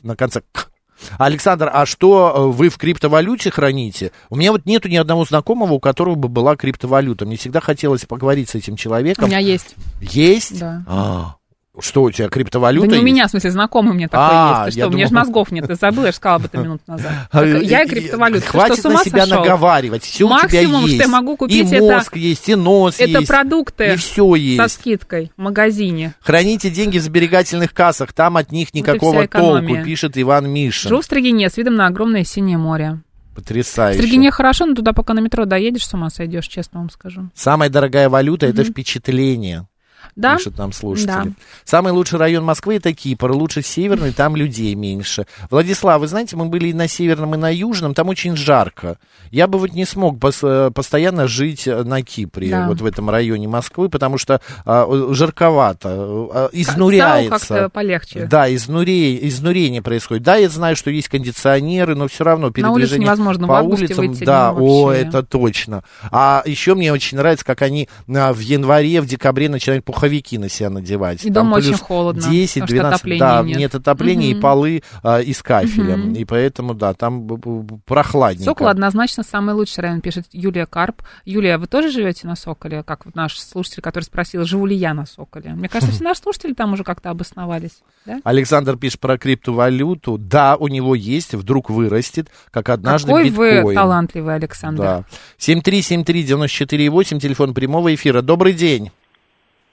S1: на конце к. Александр, а что э, вы в криптовалюте храните? У меня вот нету ни одного знакомого, у которого бы была криптовалюта. Мне всегда хотелось поговорить с этим
S2: У
S1: человеком.
S2: меня есть.
S1: Есть?
S2: Да.
S1: А, Что у тебя, криптовалюта?
S2: Да не у
S1: есть?
S2: меня, в смысле, знакомый мне такой
S1: А,
S2: есть. Ты
S1: я
S2: что, у меня же
S1: думал.
S2: мозгов нет, ты забыл, я же сказала об этом минуту назад.
S1: А,
S2: Так, Я
S1: э,
S2: и криптовалюта. Ты
S1: Хватит
S2: что, с
S1: на
S2: ума
S1: себя
S2: сошел?
S1: наговаривать. Все у тебя
S2: Максимум,
S1: есть.
S2: что я могу купить,
S1: и
S2: это-
S1: мозг есть, и нос
S2: Это
S1: есть.
S2: продукты
S1: И все
S2: со
S1: есть.
S2: скидкой в магазине.
S1: Храните деньги в сберегательных кассах, там от них
S2: и вся
S1: никакого толку,
S2: экономия.
S1: пишет Иван Мишин.
S2: Живу в Строгине с видом на огромное синее море. В
S1: Потрясающе.
S2: Строгине хорошо, но туда пока на метро доедешь, с ума сойдешь, честно вам скажу.
S1: Самая дорогая валюта это впечатление.
S2: Да?
S1: Пишут нам слушатели.
S2: Да.
S1: Самый лучший район Москвы это Кипр. Лучше северный, там людей меньше. Владислав, вы знаете, мы были и на северном, и на южном, там очень жарко. Я бы вот не смог пос- э, постоянно жить э, на Кипре,
S2: Да.
S1: вот в этом районе Москвы, потому что а, э, жарковато, э, а,
S2: Сау
S1: изнуряется.
S2: как-то полегче.
S1: Да, изнуре- изнурение происходит. Да, я знаю, что есть кондиционеры, но все равно передвижение
S2: невозможно в
S1: по
S2: августе
S1: улицам,
S2: выйти
S1: да,
S2: днём
S1: о,
S2: вообще.
S1: это точно. А еще мне очень нравится, как они а, в январе, в декабре начинают пуховики на себя надевать.
S2: И
S1: Там
S2: дома очень
S1: плюс
S2: холодно,
S1: 10,
S2: потому что
S1: 12,
S2: отопления
S1: да,
S2: нет.
S1: отопления и
S2: Мгм.
S1: полы а, из кафеля,
S2: Мгм.
S1: и поэтому, да, там б- б- прохладненько.
S2: Сокол однозначно самый лучший район, пишет Юлия Карп. Юлия, вы тоже живете на Соколе, как вот наш слушатель, который спросил, живу ли я на Соколе? Мне кажется, все наши слушатели там уже как-то обосновались, да?
S1: Александр пишет про криптовалюту. Да, у него есть, вдруг вырастет, как однажды
S2: Какой
S1: биткоин.
S2: вы талантливый, Александр.
S1: Да. 7373948, телефон прямого эфира. Добрый день.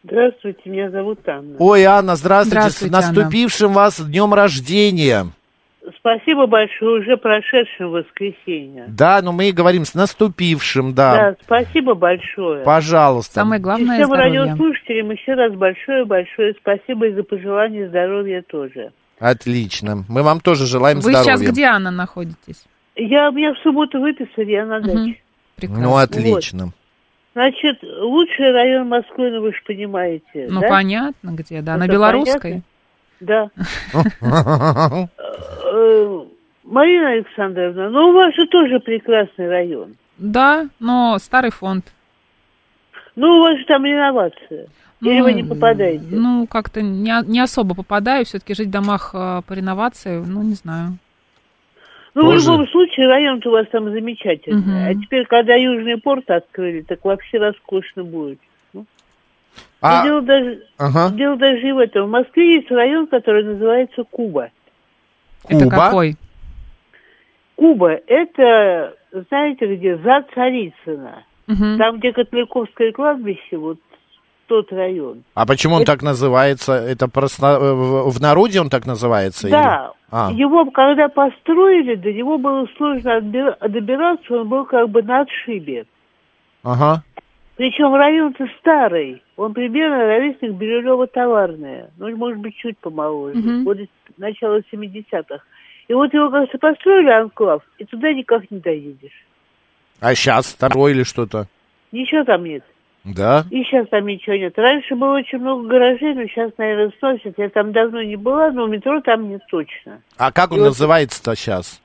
S8: Здравствуйте, меня зовут Анна.
S1: Ой, Анна, здравствуйте.
S2: Здравствуйте,
S1: С наступившим вас днем рождения.
S8: Спасибо большое уже прошедшим воскресенье.
S1: Да, но мы и говорим с наступившим, да.
S8: Да, спасибо большое.
S1: Пожалуйста.
S2: Самое
S8: И
S2: главное
S8: всем
S2: здоровье.
S8: радиослушателям еще раз большое-большое спасибо и за пожелание здоровья тоже.
S1: Отлично. Мы вам тоже желаем
S2: Вы
S1: здоровья.
S2: сейчас где, Анна, находитесь?
S8: Я меня в субботу выписали, я на даче.
S2: Мгм. Прекрасно.
S1: Ну, отлично.
S8: Значит, лучший район Москвы, ну вы же понимаете,
S2: Ну,
S8: да?
S2: понятно, где, да. На
S8: Это
S2: Белорусской?
S8: понятно. Да. Э, Марина Александровна, ну у вас же тоже прекрасный район.
S2: Да, но старый фонд.
S8: Ну, у вас же там реновация. Или
S2: Ну,
S8: вы не попадаете?
S2: Ну, как-то не, о- не особо попадаю. Все-таки жить в домах э, по реновации, ну, не знаю.
S8: ну,
S1: тоже.
S8: в любом случае, район-то у вас там замечательный.
S2: Мгм.
S8: А теперь, когда Южный порт открыли, так вообще роскошно будет.
S1: А,
S8: И Дело, даже,
S1: ага.
S8: дело даже и в этом. В Москве есть район, который называется Куба.
S2: Это
S1: Куба?
S2: какой?
S8: Куба – это, знаете где, за Царицына.
S2: Мгм.
S8: Там, где Котляковское кладбище, вот тот район.
S1: А почему он так называется? Это просто э, в в народе он так называется? или-
S8: Да,
S1: А.
S8: его когда построили, до него было сложно отбира- добираться, он был как бы на отшибе.
S1: Ага.
S8: Причем район-то старый, он примерно ровесник Бирюлева товарная, ну, может быть, чуть помоложе,
S2: Мгм.
S8: годы начала 70-х. И вот его как-то построили анклав, и туда никак не доедешь.
S1: А сейчас второй или что-то?
S8: Ничего там нет.
S1: Да.
S8: И сейчас там ничего нет. Раньше было очень много гаражей, но сейчас, наверное, сносят. Я там давно не была, но метро там нет точно.
S1: А как он
S8: И вот-
S1: называется-то сейчас?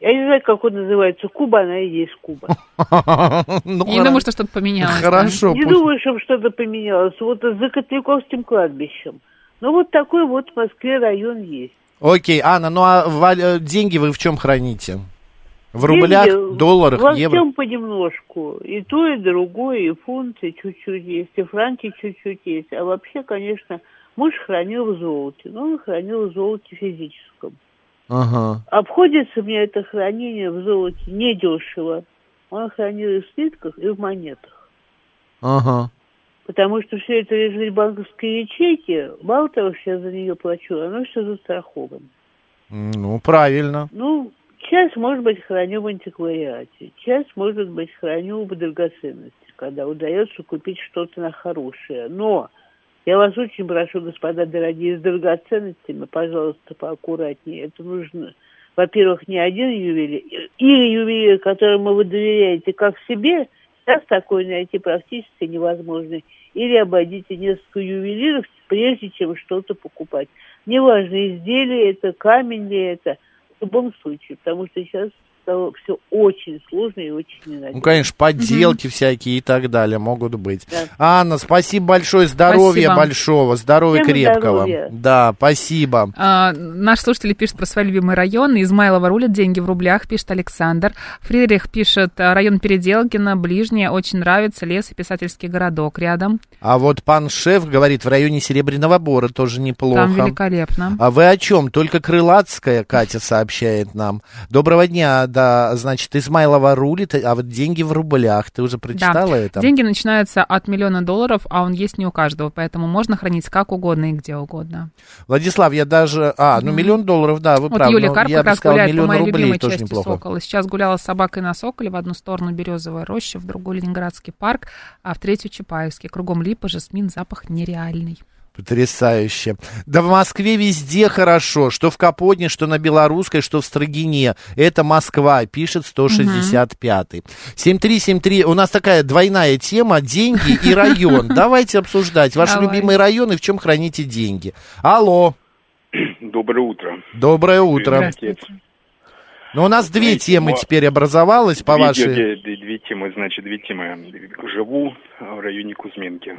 S8: Я не знаю, как он называется. Куба, она и есть Куба.
S1: Ну,
S2: Я не думаю, что что-то поменялось. да.
S1: Хорошо.
S8: Не
S1: пусть-
S8: думаю, чтобы что-то поменялось. Вот за Котляковским кладбищем. Ну, вот такой вот в Москве район есть.
S1: Окей, Анна, ну а валь- э, деньги вы в чем храните? В рублях,
S8: Деньги
S1: долларах,
S8: во
S1: евро?
S8: всем понемножку. И то, и другое, и фунты чуть-чуть есть, и франки чуть-чуть есть. А вообще, конечно, муж хранил в золоте. Но он хранил в золоте физическом.
S1: Ага.
S8: Обходится мне это хранение в золоте недешево. Он хранил и в слитках, и в монетах.
S1: Ага.
S8: Потому что все это лежит в банковской ячейке. Мало того, что я за нее плачу, оно все застраховано.
S1: М, Ну, правильно.
S8: Ну, часть, может быть, храню в антиквариате. Часть, может быть, храню в драгоценности, когда удается купить что-то на хорошее. Но я вас очень прошу, господа дорогие, с драгоценностями, пожалуйста, поаккуратнее. Это нужно, во-первых, не один ювелир, или ювелир, которому вы доверяете как себе, сейчас такой найти практически невозможно. Или обойдите несколько ювелиров, прежде чем что-то покупать. Неважно, изделие это, камень ли это, в любом случае, потому что сейчас стало все очень сложно и очень
S1: Ну,
S8: ненадежно.
S1: конечно, подделки всякие и так далее могут быть.
S8: Да.
S1: Анна, спасибо большое, здоровья
S2: Спасибо.
S1: большого, здоровья
S8: Всем
S1: крепкого.
S8: здоровья.
S1: Да, спасибо.
S2: А, Наш слушатель пишет про свои любимые районы. Измайлова рулит, деньги в рублях, пишет Александр. Фридрих пишет, а, район Переделкина, ближнее, очень нравится, лес и писательский городок рядом.
S1: А вот пан Шеф говорит, в районе Серебряного Бора тоже неплохо.
S2: Там великолепно.
S1: А вы о чем? Только Крылатская Катя сообщает нам. Доброго дня, да, значит, Измайлова рулит, а вот деньги в рублях. Ты уже прочитала
S2: да.
S1: это?
S2: Деньги начинаются от миллиона долларов, а он есть не у каждого, поэтому можно хранить как угодно и где угодно.
S1: Владислав, я даже... А, ну миллион долларов, да, вы
S2: вот
S1: правы.
S2: Юлия
S1: но
S2: Карпа
S1: я
S2: как
S1: бы
S2: раз
S1: сказал,
S2: гуляет по
S1: миллион
S2: моей
S1: рублей
S2: любимой
S1: тоже
S2: части
S1: неплохо.
S2: Сокола. Сейчас гуляла с собакой на Соколе, в одну сторону Березовая роща, в другую Ленинградский парк, а в третью Чапаевский. Кругом липа, жасмин, запах нереальный.
S1: Потрясающе. Да в Москве везде хорошо. Что в Капотне, что на Белорусской, что в Строгине. Это Москва, пишет 165-й. 7373. У нас такая двойная тема. Деньги и район. Давайте обсуждать. Ваши
S2: Давай.
S1: любимые районы, в чем храните деньги. Алло.
S10: Доброе утро.
S1: Доброе утро.
S10: Здравствуйте.
S1: Ну, у нас две
S10: Здравствуйте.
S1: темы
S10: Мо-
S1: теперь образовалось по
S10: Две-
S1: вашей.
S10: две- две- две темы, значит, две темы. Живу в районе Кузьминки.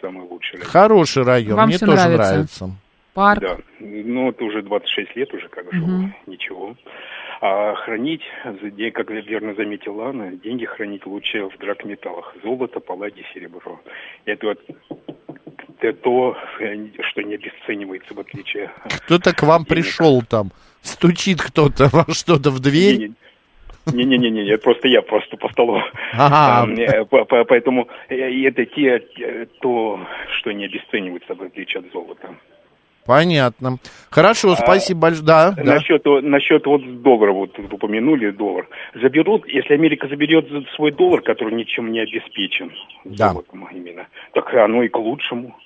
S10: Самый лучший район.
S1: Хороший район.
S2: Вам
S1: Мне
S2: всё
S1: тоже
S2: нравится.
S1: нравится.
S2: Парк.
S10: Да. Ну, это уже 26 лет уже как живу. Ничего. А хранить, за де- как верно заметила Анна, деньги хранить лучше в драгметаллах. Золото, палладий, серебро. Это вот это то, э, что не обесценивается, в отличие от
S1: Кто-то к вам
S10: Денег.
S1: пришел там. Стучит кто-то во что-то в дверь.
S10: Не-не-не, просто я просто по столу.
S1: Ага.
S10: Там, э, по- по- Поэтому э, это те, э, то, что не обесценивается в отличие от золота.
S1: Понятно.
S10: А,
S1: Хорошо, спасибо большое. Да, да.
S10: Насчет, о- насчет вот доллара, вот тут упомянули доллар. Заберут, если Америка заберет за свой доллар, который ничем не обеспечен,
S1: Да.
S10: золотом именно, так оно и к лучшему.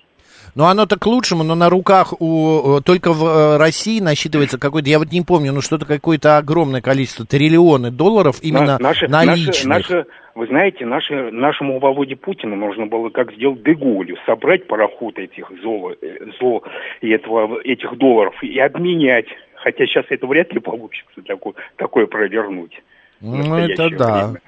S1: Но оно-то к лучшему, но на руках у... э, Только в э, России насчитывается какое-то, я вот не помню, ну что-то какое-то огромное количество, триллионы долларов именно
S10: На- наши-
S1: наличных.
S10: наши- наши- вы знаете, наши, нашему Володе Путину нужно было как сделать Деголю, собрать пароход этих золо, э, зло и этого, этих долларов и обменять. Хотя сейчас это вряд ли получится такое, такое провернуть. в
S1: Ну, это
S10: настоящее
S1: да.
S10: время.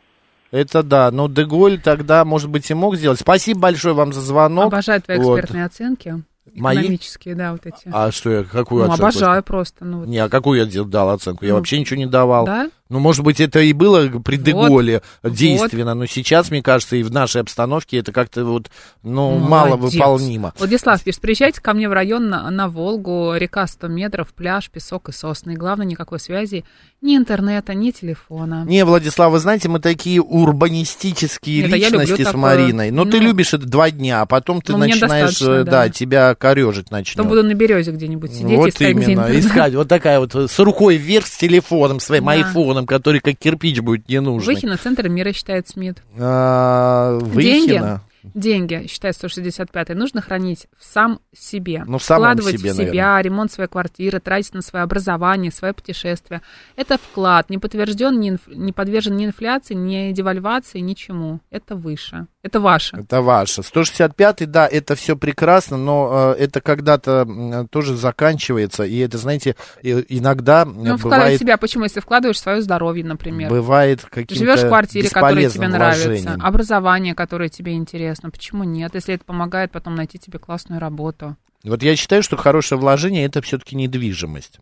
S1: Это да. Ну, Деголь тогда, может быть, и мог сделать. Спасибо большое вам за звонок.
S2: Обожаю твои
S1: Вот.
S2: экспертные оценки.
S1: Мои?
S2: Экономические, да, вот эти.
S1: А что я, какую
S2: ну,
S1: оценку?
S2: обожаю просто. Ну, вот.
S1: Не, а какую я дел- дал оценку? Я
S2: Ну,
S1: вообще ничего не давал.
S2: Да?
S1: Ну, может быть, это и было при Деголе действенно, но сейчас, мне кажется, и в нашей обстановке это как-то вот, ну, мало
S2: Молодец.
S1: выполнимо.
S2: Владислав пишет, приезжайте ко мне в район на, на Волгу, река 100 метров, пляж, песок и сосны. И главное, никакой связи, ни интернета, ни телефона.
S1: Не, Владислав, вы знаете, мы такие урбанистические
S2: Нет, да я люблю
S1: личности с
S2: такое.
S1: Мариной. Но ты
S2: Ну.
S1: любишь это два дня, а потом ты
S2: Ну, мне
S1: начинаешь,
S2: достаточно,
S1: э, да.
S2: да.
S1: тебя корежить начнет.
S2: То буду на березе где-нибудь сидеть и
S1: вот
S2: искать, где
S1: именно,
S2: интернет.
S1: искать. Вот такая вот э, с рукой вверх, с телефоном, своим
S2: Да.
S1: айфоном, который как кирпич будет не нужен.
S2: Выхино, центр мира, считает Смит.
S1: А, Выхино.
S2: Деньги, деньги, считает 165 нужно хранить в сам себе.
S1: Ну, в самом
S2: Вкладывать
S1: себе,
S2: в себя,
S1: наверное.
S2: ремонт своей квартиры, тратить на свое образование, свое путешествие. Это вклад, не подтвержден, не, инф- не подвержен ни инфляции, ни девальвации, ничему. Это выше. Это ваше.
S1: Это ваше. 165-й, да, это все прекрасно, но э, это когда-то м, тоже заканчивается. И это, знаете, и- иногда м,
S2: Ну, вкладывать в
S1: бывает,
S2: себя. Почему? Если вкладываешь в свое здоровье, например.
S1: бывает каким-то
S2: Живешь в квартире, которая тебе
S1: бесполезным
S2: нравится, А
S1: вложением.
S2: образование, которое тебе интересно. Почему нет? Если это помогает потом найти тебе классную работу.
S1: Вот я считаю, что хорошее вложение это все-таки недвижимость.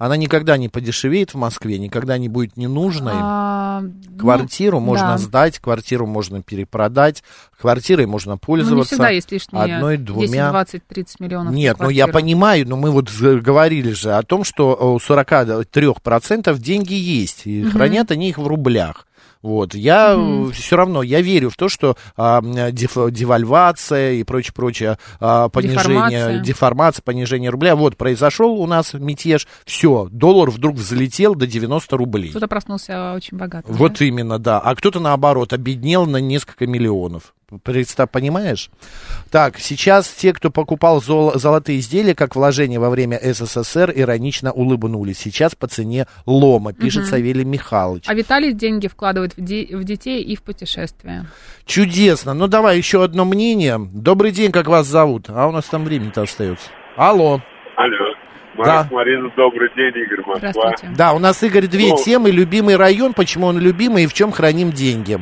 S1: Она никогда не подешевеет в Москве, никогда не будет ненужной.
S2: А,
S1: Квартиру можно
S2: да.
S1: сдать, квартиру можно перепродать, квартирой можно
S2: ну, ну, не
S1: пользоваться.
S2: всегда есть лишние
S1: одной,
S2: 10,
S1: двумя.
S2: 20, 30 миллионов. на
S1: Нет, ну я
S2: квартиру.
S1: понимаю, но мы вот з- говорили же о том, что э, у 43% деньги есть, и хранят они их в рублях. Вот, я все равно, я верю в то, что а, м, э, деф- девальвация и прочее-прочее, а, понижение,
S2: Деформация.
S1: деформация, понижение рубля, вот, произошел у нас мятеж, все, доллар вдруг взлетел до 90 рублей.
S2: Кто-то проснулся очень богатым.
S1: Вот
S2: да?
S1: именно, да. А кто-то, наоборот, обеднел на несколько миллионов. Представь, понимаешь? Так, сейчас те, кто покупал золо- золотые изделия как вложение во время СССР, иронично улыбнулись. Сейчас по цене лома, пишет Савелий Михайлович.
S2: А Виталий деньги вкладывает в, де- в детей и в путешествия.
S1: Чудесно. Ну, давай еще одно мнение. Добрый день, как вас зовут? А у нас там времени-то остается. Алло.
S4: Алло.
S1: Да.
S4: Марина, добрый день, Игорь, Москва.
S1: Да, у нас, Игорь, две
S4: Ну.
S1: темы. Любимый район, почему он любимый и в чем храним деньги.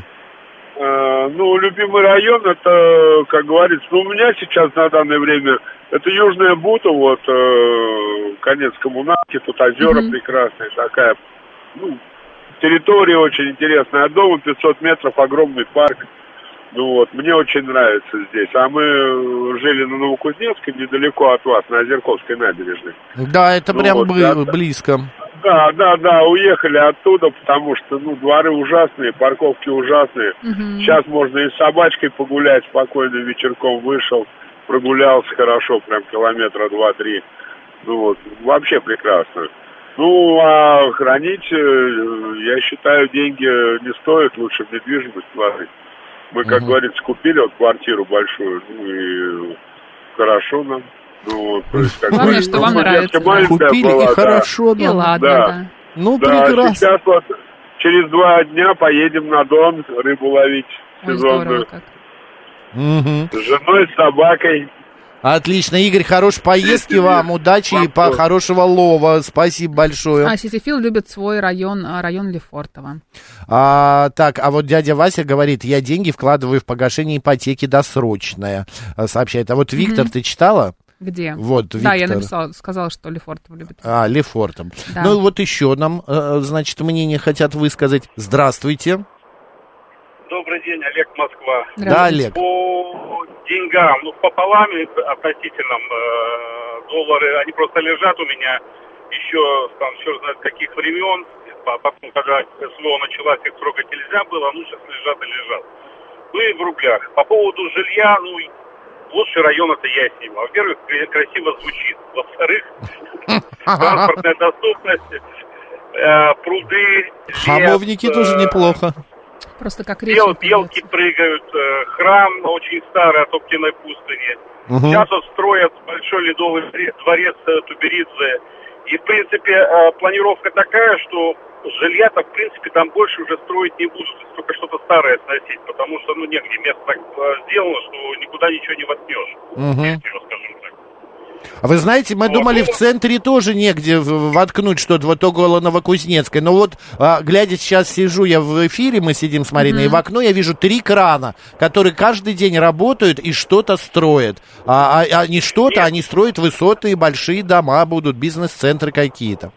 S4: Э, ну, любимый район, это, как говорится, ну, у меня сейчас на данное время, это Южная Бута, вот, э, конец коммуналки, тут озера
S11: Мгм.
S4: прекрасные, такая, ну, территория очень интересная, от дома 500 метров, огромный парк, ну вот, мне очень нравится здесь, а мы э, жили на Новокузнецке, недалеко от вас, на Озерковской набережной.
S1: Да, это
S4: Ну
S1: прям
S4: вот,
S1: бы-
S4: да, да.
S1: близко.
S4: Да, да, да, уехали оттуда, потому что, ну, дворы ужасные, парковки ужасные.
S12: Мгм.
S4: Сейчас можно и с собачкой погулять спокойно, вечерком вышел, прогулялся хорошо, прям километра два-три. Ну вот, вообще прекрасно. Ну, а хранить, э, я считаю, деньги не стоит, лучше в недвижимость вложить. Мы, как говорится, купили вот квартиру большую, ну и хорошо нам. Ну, вот, то есть, как
S2: Главное,
S4: говорится,
S2: что вам
S4: ну,
S2: нравится.
S4: девочка маленькая
S1: Купили, и
S4: была, да.
S1: хорошо
S2: И ладно, да.
S1: Ну,
S4: Да,
S1: прекрасно.
S4: сейчас вот через два дня поедем на Дон рыбу ловить сезонную.
S1: Мгм.
S4: С женой, с собакой.
S1: Отлично, Игорь, хорошей поездки вам, удачи и по хорошего лова. Спасибо большое.
S2: А Сисифил любит свой район, а, район Лефортово.
S1: А, так, а вот дядя Вася говорит, я деньги вкладываю в погашение ипотеки досрочное, а, сообщает. А вот Виктор,
S2: Мгм.
S1: ты читала?
S2: Где?
S1: Вот,
S2: Да, я
S1: Виктор.
S2: написала, сказала, что Лефортово любит.
S1: А, Лефортом.
S2: Да.
S1: Ну и вот еще нам, э, значит, мнение хотят высказать. Здравствуйте.
S13: Добрый день, Олег Москва.
S1: Да, Олег.
S13: По деньгам, ну, пополам и относительном э, доллары, они просто лежат у меня еще, там, черт знает, каких времен. По- Потом, когда СВО началась, их трогать нельзя было, ну, сейчас лежат и лежат. Ну и в рублях. По поводу жилья, ну, и лучший район это Ясенево. Во-первых, кре- красиво звучит. Во-вторых, транспортная доступность, э, пруды, лес,
S1: Хамовники тоже
S13: э,
S1: неплохо.
S2: Просто как речь.
S13: Бел- белки прыгают, э, храм очень старый от Оптиной пустыни.
S1: Мгм.
S13: Сейчас вот строят большой ледовый дворе- дворец э, Туберидзе. И, в принципе, э, планировка такая, что жилья-то, в принципе, там больше уже строить не будут, если только что-то старое сносить, потому что, ну, негде место так э, сделано, что никуда ничего не воткнешь.
S1: Мгм. А Вы знаете, мы думали, в центре тоже негде в- воткнуть что-то, вот около Новокузнецкой. Но вот, а, глядя сейчас, сижу я в эфире, мы сидим с Мариной, и в окно я вижу три крана, которые каждый день работают и что-то строят. А, а- а не что-то, они строят высоты, большие дома будут, бизнес-центры какие-то.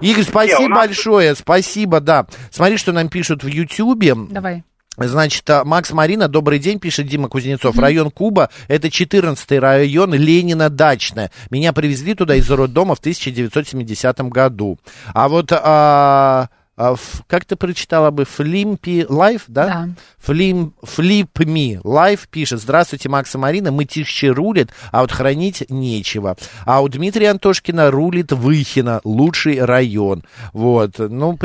S1: Игорь, спасибо большое, спасибо, да. Смотри, что нам пишут в Ютьюбе.
S2: Давай.
S1: Значит, а, Макс Марина, добрый день, пишет Дима Кузнецов. Район Куба – это 14-й район Ленина-Дачная. Меня привезли туда из роддома в 1970 году. А вот, а, а, ф- как ты прочитала бы, Флимпи Лайф, да?
S2: Да.
S1: Флим, Флипми Лайф пишет. Здравствуйте, Макс и Марина. Мытищи рулит, а вот хранить нечего. А у Дмитрия Антошкина рулит Выхина. Лучший район. Вот. Ну,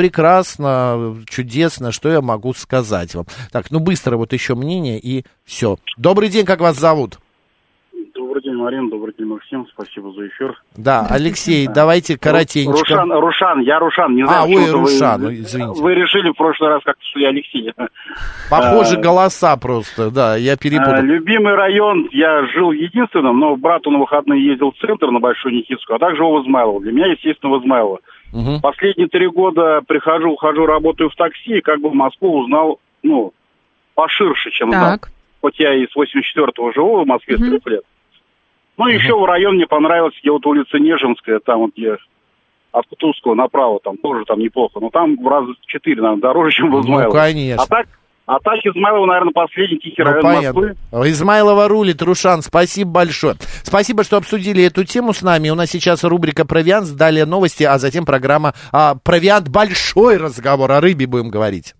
S1: прекрасно, чудесно. Что я могу сказать вам? Так, ну, быстро вот еще мнение и все. Добрый день, как вас зовут?
S14: Добрый день, Марина, добрый день, Максим, спасибо за эфир.
S1: Да, Алексей, давайте коротенько.
S14: Рушан, Рушан, я Рушан, не знаю,
S1: А, ой,
S14: почему-то вы-
S1: Рушан,
S14: вы,
S1: ой, извините.
S14: решили в прошлый раз как-то, что я Алексей.
S1: Похожи
S14: А,
S1: голоса просто, да, я
S14: а,
S4: э,
S1: перепутал.
S14: любимый район, я жил в единственном, но брату на выходные ездил в центр на Большую Никитскую, а также в Измайлово. Для меня, естественно, в Измайлово.
S1: Мгм.
S14: Последние три года прихожу, ухожу, работаю в такси, и как бы Москву узнал, ну, поширше,
S4: Ну,
S14: чем знал.
S2: Так.
S14: Хоть я и с 84-го живу в Москве с
S2: Мгм.
S14: трех лет. Ну, еще в район мне понравился, где вот улица Нежинская, там вот где от Кутузского направо, там тоже там неплохо. Но там в раза в четыре, наверное, дороже, чем в
S1: Ну,
S14: Измайлово.
S1: конечно.
S14: А так, а так Измайлово, наверное, последний тихий
S1: Ну,
S14: район Москвы.
S1: понятно. Измайлова рулит, Рушан, спасибо большое. Спасибо, что обсудили эту тему с нами. У нас сейчас рубрика «Провиант», далее новости, а затем программа а, «Провиант. Большой разговор». О рыбе будем говорить.